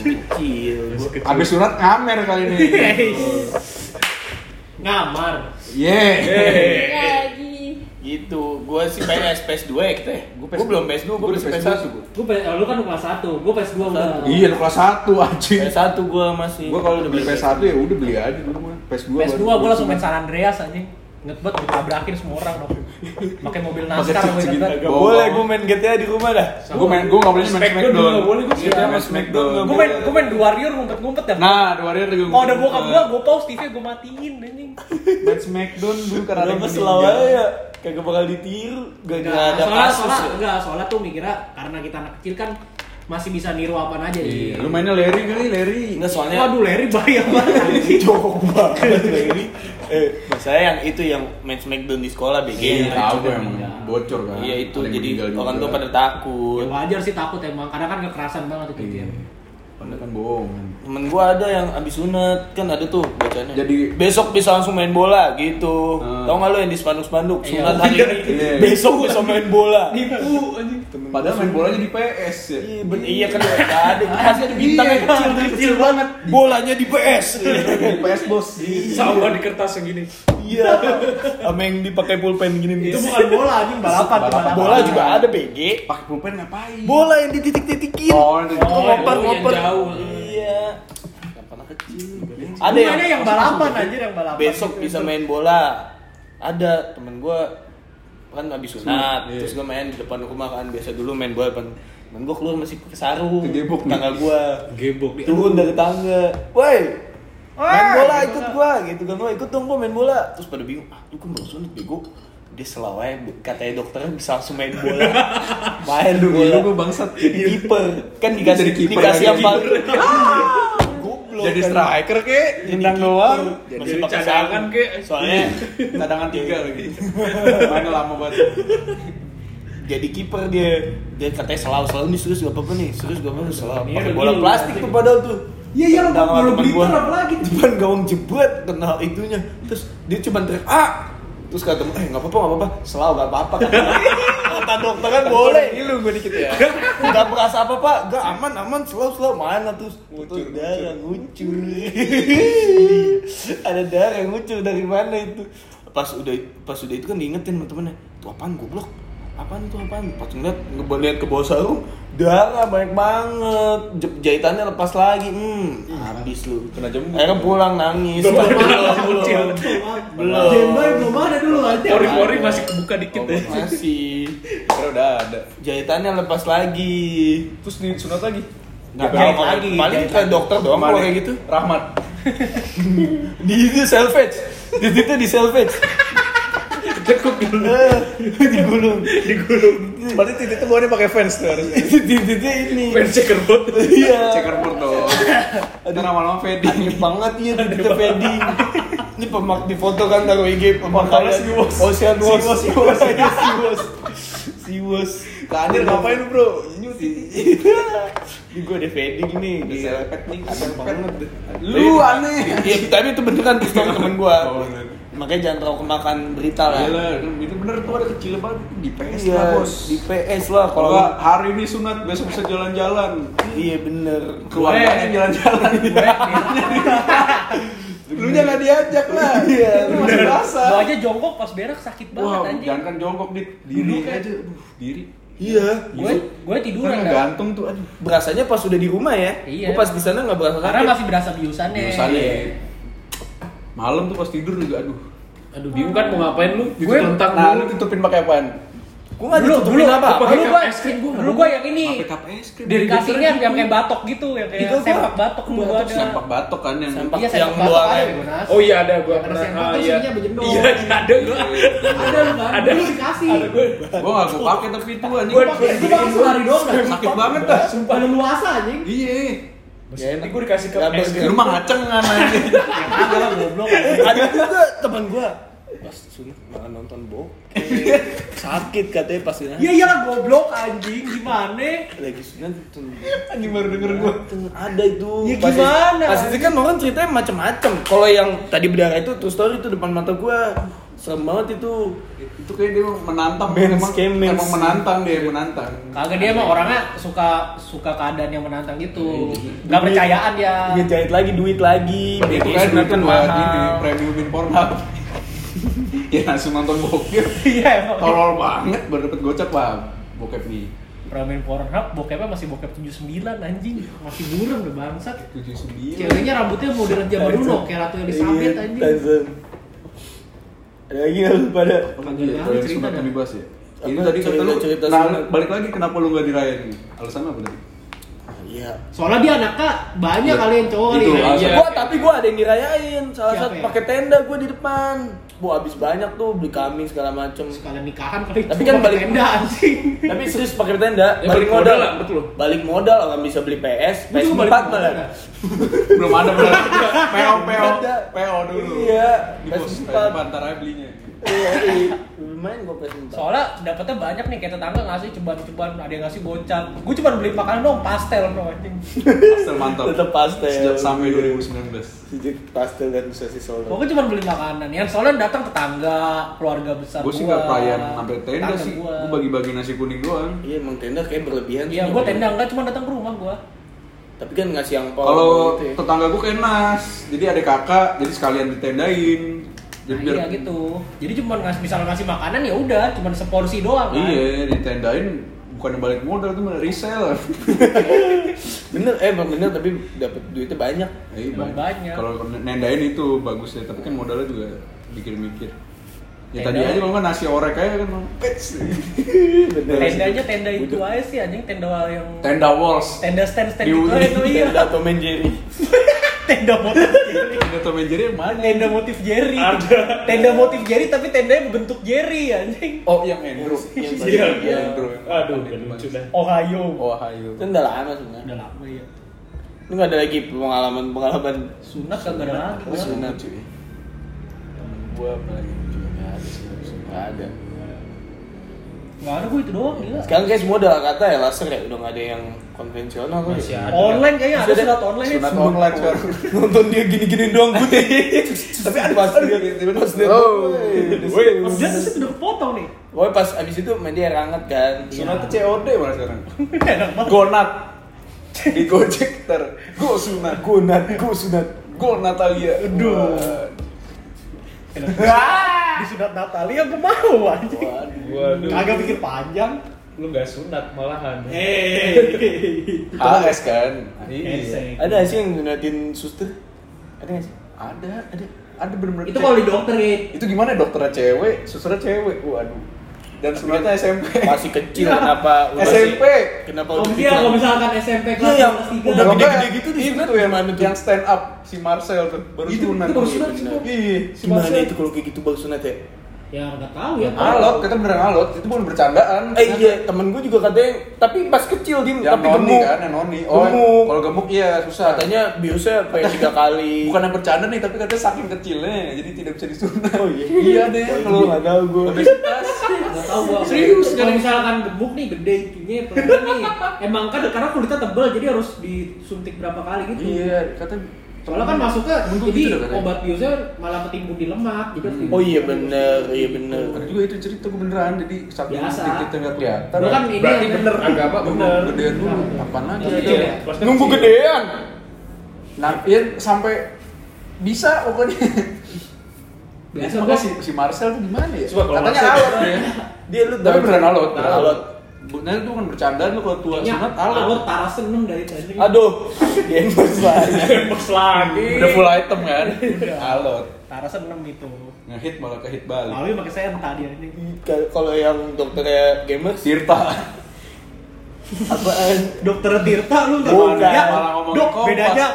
Kecil. gua.
abis surat ngamer kali ini
Ngamar.
yeah
Lagi.
Gitu. Gua sih pengen PS2 ya kita ya. Gua,
PS2.
belum PS2, gua
Gua
masih
PS1
PS1.
gua.
Gue lu kan kelas 1, gue PS2 udah.
iya lu kelas 1 anjing
PS1 gua masih.
gue kalau udah beli PS1 ya udah beli aja dulu mah PS2
PS2
baru.
gue langsung main San Andreas anjing. Ngetbet ditabrakin semua orang dong. Pakai mobil
Pakai
NASCAR gue
cip-cip
ngetbet.
Gak boleh gua main GTA di rumah dah.
gue main gue nggak boleh main
Smackdown
Smackdown
juga nggak boleh, gua.
Iya,
Iya,
main
Smackdown.
Smackdown
Gue main gue main The Warrior ngumpet-ngumpet dah.
Nah, The Warrior juga
Kalau ada bokap gue, gue pause TV gue matiin anjing.
Main Smackdown dulu karena
Kalau
Nah, ada
pas
yang meninggal.
lawan ya kagak bakal ditiru, gak, gak ada
soalnya,
kasus.
soalnya,
ya.
enggak, soalnya tuh mikirnya karena kita anak kecil kan masih bisa niru apa aja
Iya,
jadi.
lu mainnya Larry kali, Larry.
Enggak soalnya
Waduh, Larry bahaya banget. anjing.
jorok banget ini. Eh, saya yang itu yang main smackdown di sekolah BG.
Iya,
Yang
tahu
itu.
gue emang bocor kan.
Iya itu
Ada yang
jadi
meninggal juga.
orang tua pada
Ya
takut.
wajar sih takut emang, karena kan kekerasan banget itu
Iya.
game.
Padahal kan bohong. kan.
Temen gua ada yang abis sunat kan ada tuh bacanya.
Jadi-
besok bisa langsung main bola gitu.
Hmm.
Tau gak lu yang di spanduk-spanduk
Iya.
sunat hari ini
Iya.
besok bisa main bola.
Nipu anjing.
Padahal main bolanya di PS ya.
Iya, ben- iya kan gak ada pasti ada bintang yang kecil
Kecil, kecil banget.
bolanya di PS.
Di PS bos. Iya.
sama di kertas yang gini
Iya. Sama yang dipakai pulpen gini.
Itu bukan bola anjing, balapan tuh,
Balapan.
bola juga ada BG.
Pakai pulpen ngapain?
Bola yang dititik-titikin.
Oh, itu.
Oh,
yang
Ngoper, ngoper.
jauh.
Iya. Gak pernah kecil.
Ada yang, yang balapan anjir yang balapan.
besok
Gitu.
bisa main bola. Ada temen gua kan abis sunat,
Iya.
terus gua main di depan rumah kan biasa dulu main bola depan. Temen gua keluar masih pakai sarung.
Kegebok nih.
tangga gua.
gebok di
Turun dari tangga. Woi, main bola ikut gua gitu kan gua ikut dong gua main bola terus pada bingung ah lu kan baru sunat bego dia selawai katanya dokternya bisa langsung main bola main
Aduh,
bola
gila gue bangsat.
kiper kan dikasih
Jadi kiper
dikasih
lagi.
apa goblok
Jadi
kan.
striker ke,
Jadi
nendang
kiper.
doang.
masih
Jadi
pakai
cadangan,
sarung
Ki.
soalnya Iya.
Cadangan tiga lagi. Main lama banget.
jadi kiper dia dia katanya selalu selalu nih serius gak apa-apa nih serius gak apa-apa selalu
Iya,
pakai
udah
bola
gini,
plastik
plastik.
tuh padahal tuh
Iya, iya, lo
Tendang
mau
sama
beli
temen gua.
telur apa lagi?
Depan gawang jebret kena itunya. Terus dia cuma teriak ah. Terus kata temen, eh nggak apa-apa nggak apa-apa, selalu nggak apa-apa. Kata, kata dokter kan boleh.
Ngilu gue dikit ya.
Nggak berasa apa pak, nggak aman aman selalu selalu mana terus ngucur darah ngucur. Ada darah ngucur dari mana itu? Pas udah pas udah itu kan diingetin sama temennya, tuh apaan goblok? Apaan itu apaan? Pas ngeliat ngebel- liat ke bawah sarung, darah banyak banget. Je- Jahitannya lepas lagi, hmm, habis lu.
Kena jembut.
Akhirnya pulang nangis.
Belum.
Belum.
Jember belum ada dulu aja.
Pori-pori masih kebuka dikit
Oh,
deh.
Masih.
Kira udah ada.
Jahitannya lepas lagi.
Terus disunat lagi.
Nggak
Jahit
apa-apa.
lagi,
Paling
jahit
ke
lagi.
dokter doang
Kemana?
kalau kayak gitu.
Rahmat.
di itu salvage di situ di salvage
Cekuk dulu.
Eh, digulung
Digulung.
Berarti titik itu bawaannya pakai fans tuh harusnya.
di situ ini
Main checkerboard.
iya
Checkerboard dong. Ada lama-lama
aneh
fading.
banget iya di kita padding ini pemak di foto kan taruh IG pemakaian
si Wos.
Ocean
Si
was
Wos,
si was si was si was
Anjir ngapain lu, Bro? Nyuti.
ini gue ada padding nih di
Selpet nih,
aneh banget deh.
Lu aneh.
Iya, tapi itu beneran tuh story temen gue makanya jangan terlalu kemakan berita lah
Oh, Iyalah, Iya itu bener tuh ada kecil banget di PS
iya
lah, Bos.
di PS lah
Kalau
kalau
nggak, hari ini sunat, besok bisa jalan-jalan.
iya bener
Keluarganya jalan-jalan. Lu nya nggak diajak lah. Iya, masih basah.
Gua aja jongkok pas berak sakit banget
Wah,
anjing.
jangan kan jongkok dit, diri
Duduk aja.
aja. Aduh, diri. Gitu.
Iya.
Gue gue tiduran
Kan
kan.
gantung tuh aduh.
Berasanya pas udah di rumah ya.
Iya.
Gua pas di sana nggak berasa
Karena
sakit.
masih berasa biusannya.
Biasanya malam tuh pas tidur juga aduh.
Aduh bingung kan mau ngapain lu?
Gue-
tentang
Nah, lu tutupin pakai apaan?
Gua nggak
Dulu dulu
ditutupin apa.
gua pakai
Dulu gua
cup es krim gua.
dulu gua yang ini.
Pakai cup es krim.
Dari
Dikasihnya yang kayak batok gitu, yang kayak
Itu gua-
sempak batok dulu gua ada.
Sempak batok kan yang
Sempak
Iya,
yang
sempak batok
luar
ada
yang-
gua nasi.
Oh iya ada gua
Ada
pernah.
sempak
Ah,
terus
iya.
ininya berjendol.
Iya, iya, ada gua.
Ada lu kan?
Ada.
Dulu dikasih.
Ada gua.
gua nggak gua pakai tapi itu anjing
Gua pakai gua pakai selari doang dah.
sakit banget dah.
Sumpah lu luasa anjing.
Iya.
Ya, enak.
Nanti gua dikasih ke
Nggak
es
bergerak.
Lu mah ngaceng kan anjing.
Ada goblok.
Ada juga teman gua. Pas sunat malah nonton bokep. sakit katanya pas sunat.
Iya iyalah goblok anjing gimana?
Lagi sunat nonton
Anjing baru denger gua.
bokep. ada itu.
Ya,
Pas-
gimana?
Pas itu kan orang ceritanya macam-macam. Kalau yang tadi berdarah itu true story itu depan mata gua. Serem banget itu.
Itu kayak dia menantang
Men's
emang,
game, men's.
emang menantang dia menantang.
Kagak dia mah orangnya suka suka keadaan yang menantang gitu. Gak percayaan ya. dia.
Dia jahit lagi duit lagi.
Itu
BTS
kan
sunat
itu
kan
buat ini
mahal.
premiumin Pornhub. ya langsung nonton bokep.
Iya emang.
Tolol banget baru dapet gocap lah bokep nih.
Ramen Pornhub bokepnya masih bokep 79 anjing. Masih burem deh bangsat.
79.
Ceweknya rambutnya model zaman dulu Iya, kayak Ratu Elizabeth
Iya,
anjing.
Tyson. Ada lagi nggak lu pada?
Apa yang
Ada cerita
sunatan
dah.
dibahas ya?
Apa
Ini tadi kata lu,
cerita-cerita
nah,
sunat?
balik lagi kenapa lu gak dirayain? Alasannya apa tadi?
Iya.
Soalnya dia anaknya banyak
Iya.
kali yang cowok kali.
Itu,
ya.
alasan.
Iya.
Gua tapi gua ada yang dirayain. Salah
Siapa
satu
ya?
pakai tenda gua di depan. Gua habis banyak tuh beli kambing segala macem.
Sekalian nikahan kali.
Tapi
cuma
kan balik-
tenda anjing.
Tapi serius pakai tenda,
Ya, balik
balik modal,
modal lah, betul.
Balik modal orang bisa beli PS,
Lu
PS
juga balik
4
modal
malah.
dah.
Belum ada berarti. PO, PO,
Ada.
PO dulu.
Iya,
Di
PS
pos,
4.
antara belinya.
Iya, iya. Lumayan gua PS 4.
Soalnya dapetnya banyak nih kayak tetangga ngasih ceban-ceban, ada yang ngasih gocap. Gue cuma beli makanan dong, pastel no anjing.
Pastel mantap.
Tetep pastel.
Sejak sampai 2019.
Sejak pastel dan sosis solo.
Pokoknya cuma kan beli makanan. Yang soalnya datang tetangga, keluarga besar
Gue sih
gua,
gak perayaan sampai tenda
tante
sih.
gua.
Gue bagi-bagi nasi kuning doang.
Iya, emang tenda kayak berlebihan.
Iya,
sih.
gue tenda enggak cuma datang ke rumah gue.
Tapi kan ngasih yang
gitu
ya.
Kalau
ya.
tetangga gue kayak nas, jadi ada kakak, jadi sekalian ditendain. Jadi
Nah, iya gitu. Jadi cuma ngasih misalnya ngasih makanan ya udah, cuma seporsi doang kan.
Iya, ditendain bukan balik modal itu malah resell.
bener eh emang bener tapi dapat duitnya banyak.
Eh,
Emang banyak.
Kalau nendain itu bagus ya, tapi kan modalnya juga mikir-mikir. Ya
Tenda.
tadi aja kalau nggak nasi orek aja kan pets.
Iya,
Tendanya tenda itu aja sih anjing tenda yang
Tenda walls.
tenda stand stand
Di
itu aja
ujung
tuh iya.
Tenda atau main Jerry.
Tenda motif Jerry.
Tenda Tom and Jerry yang mana?
Tenda motif Jerry. Tenda motif Jerry tapi tendanya berbentuk Jerry anjing.
Oh, yang Andrew.
Yang
Yang
Iya, iya.
Andrew.
Aduh, udah lucu dah.
Oh.
Ohio.
Oh, Ohio.
Itu udah lama sebenarnya.
Udah lama ya.
Lu nggak ada lagi pengalaman pengalaman
Sunat kagak ada lagi.
Terus
Bang.
sunat.
Gua apa lagi? Juga nggak ada sih.
Nggak ada.
Nggak ada gue itu doang gila.
Sekarang kayak semua udah kata ya laser ya, udah gak ada yang konvensional kali. ya.
Masih ada.
Online kayaknya ada
Sudah.
sunat online.
Sunat online sekarang.
Nonton dia gini-giniin doang putih. Tapi ada pas dia pas dia.
Oh.
Woi.
Pas dia tuh udah kepotong nih.
Woi pas abis itu main dia air hangat kan.
Sunat tuh COD malah sekarang.
Enak banget.
Gonat. Di Gojek ter. Go sunat.
Gunat, ku sunat.
Go Natalia.
Aduh. Enak. Di sunat Natalia gue mau anjing.
Waduh.
Kagak pikir panjang.
Lu gak sunat malahan.
Hey.
AS kan.
Esek.
Iya. Ada nggak sih yang gunatin suster? Ada nggak sih?
Ada, ada, ada bener-bener.
Itu kalau di dokter ya.
itu gimana dokternya cewek, susternya cewek, waduh. Dan
Nah,
sunatnya SMP.
Masih kecil kenapa udah
SMP.
sih- Kenapa
Kalau
udah
dia kalau
kecil?
misalkan SMP
Iya,
kelas
yang udah
3.
Kalau enggak,
gede-gede gitu disunat
itu yang
gimana tuh?
Yang stand up si Marcel tuh baru
Itu-
sunat.
itu baru sunat,
Iya,
sunat.
Iya, si
Gimana
Marcel.
itu kalau kayak gitu baru sunat ya?
Ya enggak tahu ya.
Alot, kita beneran alot, itu bukan bercandaan.
Eh iya, temen gue juga katanya, tapi pas kecil dia
Yang
tapi
noni
gemuk.
kan, yang noni. Oh,
Gemuk.
kalau gemuk iya susah.
Katanya biusnya kayak tiga kali.
bukan yang bercanda nih, tapi katanya saking kecilnya, jadi tidak bisa disunat.
Oh, iya.
iya deh,
Oh,
kalau
gua nggak tahu gua.
obesitas.
Gak tahu gua. Serius kalau misalkan gemuk nih gede itunya pelan nih. Emang kan karena kulitnya tebal jadi harus disuntik berapa kali gitu.
Iya, katanya.
Soalnya kan masuknya
Temen gua
jadi
gitu loh katanya.
obat biusnya malah ketimbun di lemak gitu. jadi harus
Oh
dimakan.
iya bener, iya
Ada
bener.
juga itu cerita gue beneran, jadi saking
Biasa.
dikit yang nggak kelihatan.
Bahkan ini
Berarti
ada-
kan bener agama bener.
Gedean dulu, apaan lagi?
Iya.
Gitu.
Nunggu gedean.
Nah, iya sampai bisa pokoknya.
Biasa
Makanya
gua
si, si Marcel tuh gimana ya?
Coba kalau
Katanya
Marcel-
alot dia.
Dia lu
Tapi beneran alot, beneran
Alot.
alot. Bener tuh kan bercandaan lu kalau tua
Kayaknya
sunat
alur
alot.
taras seneng dari tadi.
Aduh, gamers lagi.
Tembus lagi.
Udah full item kan? alot.
Taras seneng itu.
Ngehit malah kehit balik.
Lalu gitu. pakai senta dia ini.
Kalau yang dokternya gamers,
Tirta.
apaan?
Eh, Dokter Tirta lu nggak
Bukan,
tahu ya?
malah ngomong
Dok
kompas.
bedanya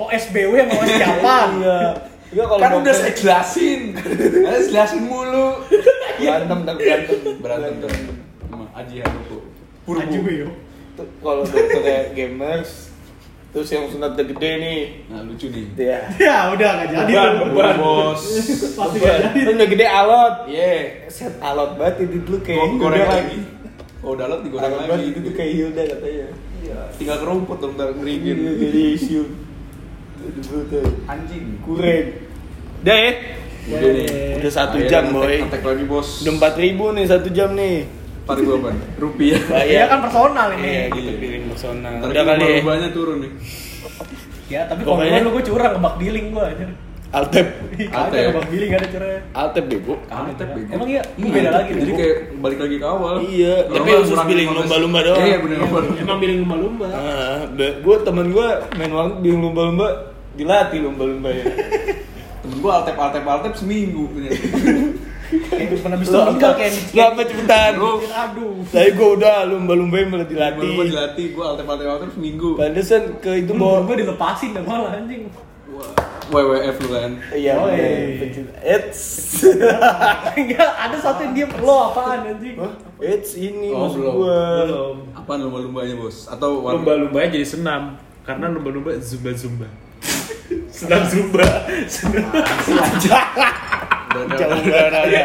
OSBW sama OS Japan.
Iya. Iya kalau
Kan
dokter-
udah saya jelasin. Saya jelasin mulu.
berantem tak berantem
Berantem tuh. Sama Aji Haruko.
Aju
Purbu.
yo.
Tuh, kalau dokternya gamers terus yang sunat udah gede nih
Nah, lucu nih.
ya
Ya udah nggak jadi.
Beban,
tuh.
beban.
Bos.
Pasti nggak jadi.
terus udah gede alot Iya,
Ye.
set alot banget itu dulu kayak
Goreng
Hilda.
lagi. Oh, udah alot digoreng
alot banget
lagi. Iya.
itu tuh kayak Hilda katanya
Tinggal kerumput dong, ntar
Iya,
ngerigin.
jadi isu Tuh, tuh, tuh.
Anjing.
kurang dah ya
Udah nih.
Eh,
udah satu
Akhirnya
jam
ngetek-
boy
ngetek lagi bos.
udah empat ribu nih satu jam nih
Ntar gua apa? Rupiah.
Iya kan personal ini.
Iya, gitu
Iya.
piring personal.
Ntar
Udah kali ya.
Banyak turun nih.
Ya tapi kalau
Pokoknya-
gue lu gue curang ngebak dealing gue aja.
Altep,
Kagak
ya?
ngebak dealing ada curang.
altep bego.
Antep bego.
Emang iya?
Iya,
Beda lagi
Jadi
deh.
kayak balik lagi ke awal.
Iya,
Kalau
tapi
nggak
khusus
kurang
billing
15.
lumba-lumba doang.
Iya, bener lumba.
Emang dealing lumba-lumba.
Ah, gue temen gue main warnet di lomba-lomba dilatih lomba-lomba ya.
Temen gua altep altep altep seminggu.
Kayak pernah bisa
Lo
meninggal
apa?
kayak gitu.
Lo apa cepetan?
Aduh.
Tapi gue udah lomba-lomba yang malah
Lumba lumba
dilatih.
dilatih, gua altep altep altep seminggu.
Pantesan ke itu
Itu
bawa
gue dilepasin dah malah anjing.
Wah, WWF lu kan.
Iya,
Oi.
bener. it's
Enggak, ada satu yang diem lo apaan anjing.
Hah? it's ini
Oh,
maksud
belum.
gue.
Belum.
Apaan lumba lumbanya bos? Atau warna-
Lumba-lumbanya jadi senam. Karena lumba-lumba zumba-zumba. senam zumba.
Udah ada-
Jauh banget.
udah ada. Iya,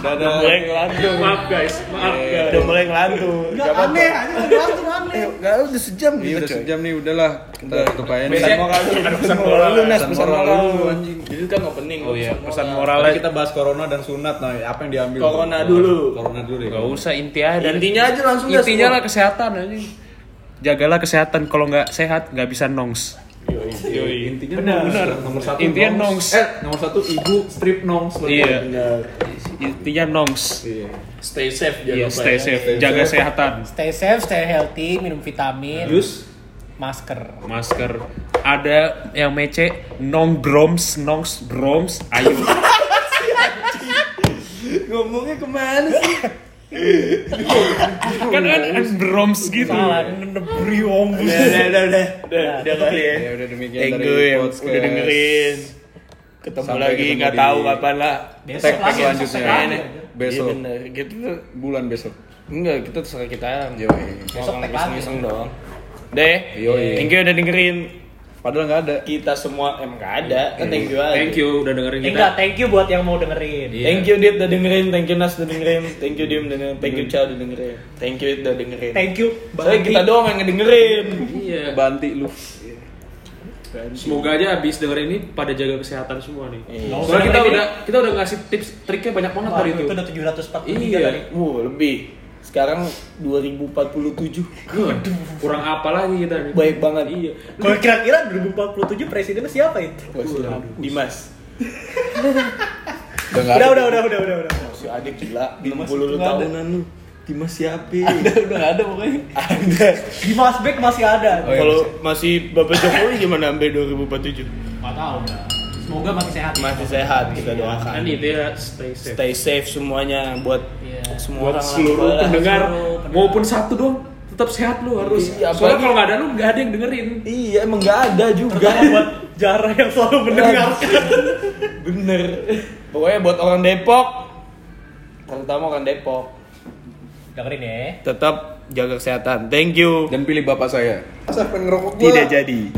Udah mulai ngelantur.
Maaf guys, maaf guys.
Udah mulai ngelantur.
Enggak aneh, aja langsung aneh.
Eh, Gak udah sejam
Iya
gitu
udah
coy.
sejam nih, udahlah. Kita tutup aja nih.
Pesan moral lu, ada pesan moral lu.
Nas,
Pesan
pesan
moral
moral
lu,
lu
anjing.
Jadi kan opening
Oh iya, pesan
Tadi
moralnya
kita bahas corona dan sunat, nah apa yang diambil?
Corona dulu.
Corona dulu ya.
Gak usah inti aja. Dan
Intinya aja langsung dah
intinya
semua.
lah kesehatan aja. Jagalah kesehatan. Kalau nggak sehat nggak bisa nongs. Yoi.
Intinya nongs, nomor satu.
Intinya nongs.
Eh, nomor satu ibu strip nongs.
Iya. Intinya nongs.
Iya.
Stay safe ya.
Iya, stay safe.
ya. Stay
Jaga
safe.
kesehatan.
Stay safe, stay healthy, minum vitamin,
Terus
masker.
Masker. Ada yang mece nong broms, nongs broms. Ayo.
Ngomongnya kemana sih?
kan kan broms gitu.
Salah,
Briom.
Udah, udah, udah, udah, udah, udah kali ya.
ya udah demikian
Thank
dari
you yang
podcast.
udah dengerin. Ketemu Nah,
Sampai
lagi
ketemu
nggak
di-
tahu kapan lah.
Tag
Besok lah,
selanjutnya.
besok lagi.
Besok
Iya bener. Gitu tuh.
bulan besok.
Enggak, kita terserah kita.
Yoi.
Besok
tag lagi.
iseng-iseng doang. Deh.
Yoi.
Thank you udah dengerin.
Padahal nggak ada.
Kita semua em nggak ada. Kan thank you
Iya.
aja.
Thank you udah dengerin
Eh,
kita.
Enggak, thank you buat yang mau dengerin.
Iya.
Thank you Dit udah dengerin, thank you Nas udah dengerin, thank you Dim udah dengerin, thank you Cha udah dengerin, thank you It udah dengerin.
Thank you.
Soalnya
Bang.
kita doang yang ngedengerin.
Iya.
Banti lu.
Semoga aja abis dengerin ini pada jaga kesehatan semua nih.
Iya.
Soalnya kita udah kita udah ngasih tips triknya banyak banget
Waduh,
tadi
itu.
tuh.
udah 743
Iya.
tadi.
Wow, Uh, lebih. Sekarang 2047.
Waduh, kurang apa lagi kita nih.
Baik banget.
Iya.
Kalau kira-kira 2047 presidennya siapa itu?
Wah, si Dimas.
Udah nggak
Udah,
ada.
udah, udah, udah, udah, udah.
Si adik gila,
Dimas
60
itu nggak ada.
tahunan lu. Dimas siapa?
udah nggak ada pokoknya
Ada.
Dimas Beck masih ada.
Oh, iya,
Kalau masih Bapak Jokowi gimana sampai 2047?
Enggak tahu dah. Semoga masih sehat.
Masih sehat, kita
Kan
doakan.
itu ya stay safe.
Stay safe semuanya buat
Iya.
semua
Buat
orang
seluruh
lah.
pendengar
Seluruh pendengar.
maupun satu doang tetap sehat lu harus.
Iya,
Soalnya
apalagi-
kalau nggak ada lu nggak ada yang dengerin.
Iya, emang nggak ada juga.
Terutama buat Jarah yang selalu mendengarkan.
Bener. Pokoknya buat orang Depok, terutama orang Depok,
Dengerin ya.
tetap jaga kesehatan. Thank you.
dan pilih bapak saya
Masa pengen ngerokok gua?
Tidak jadi.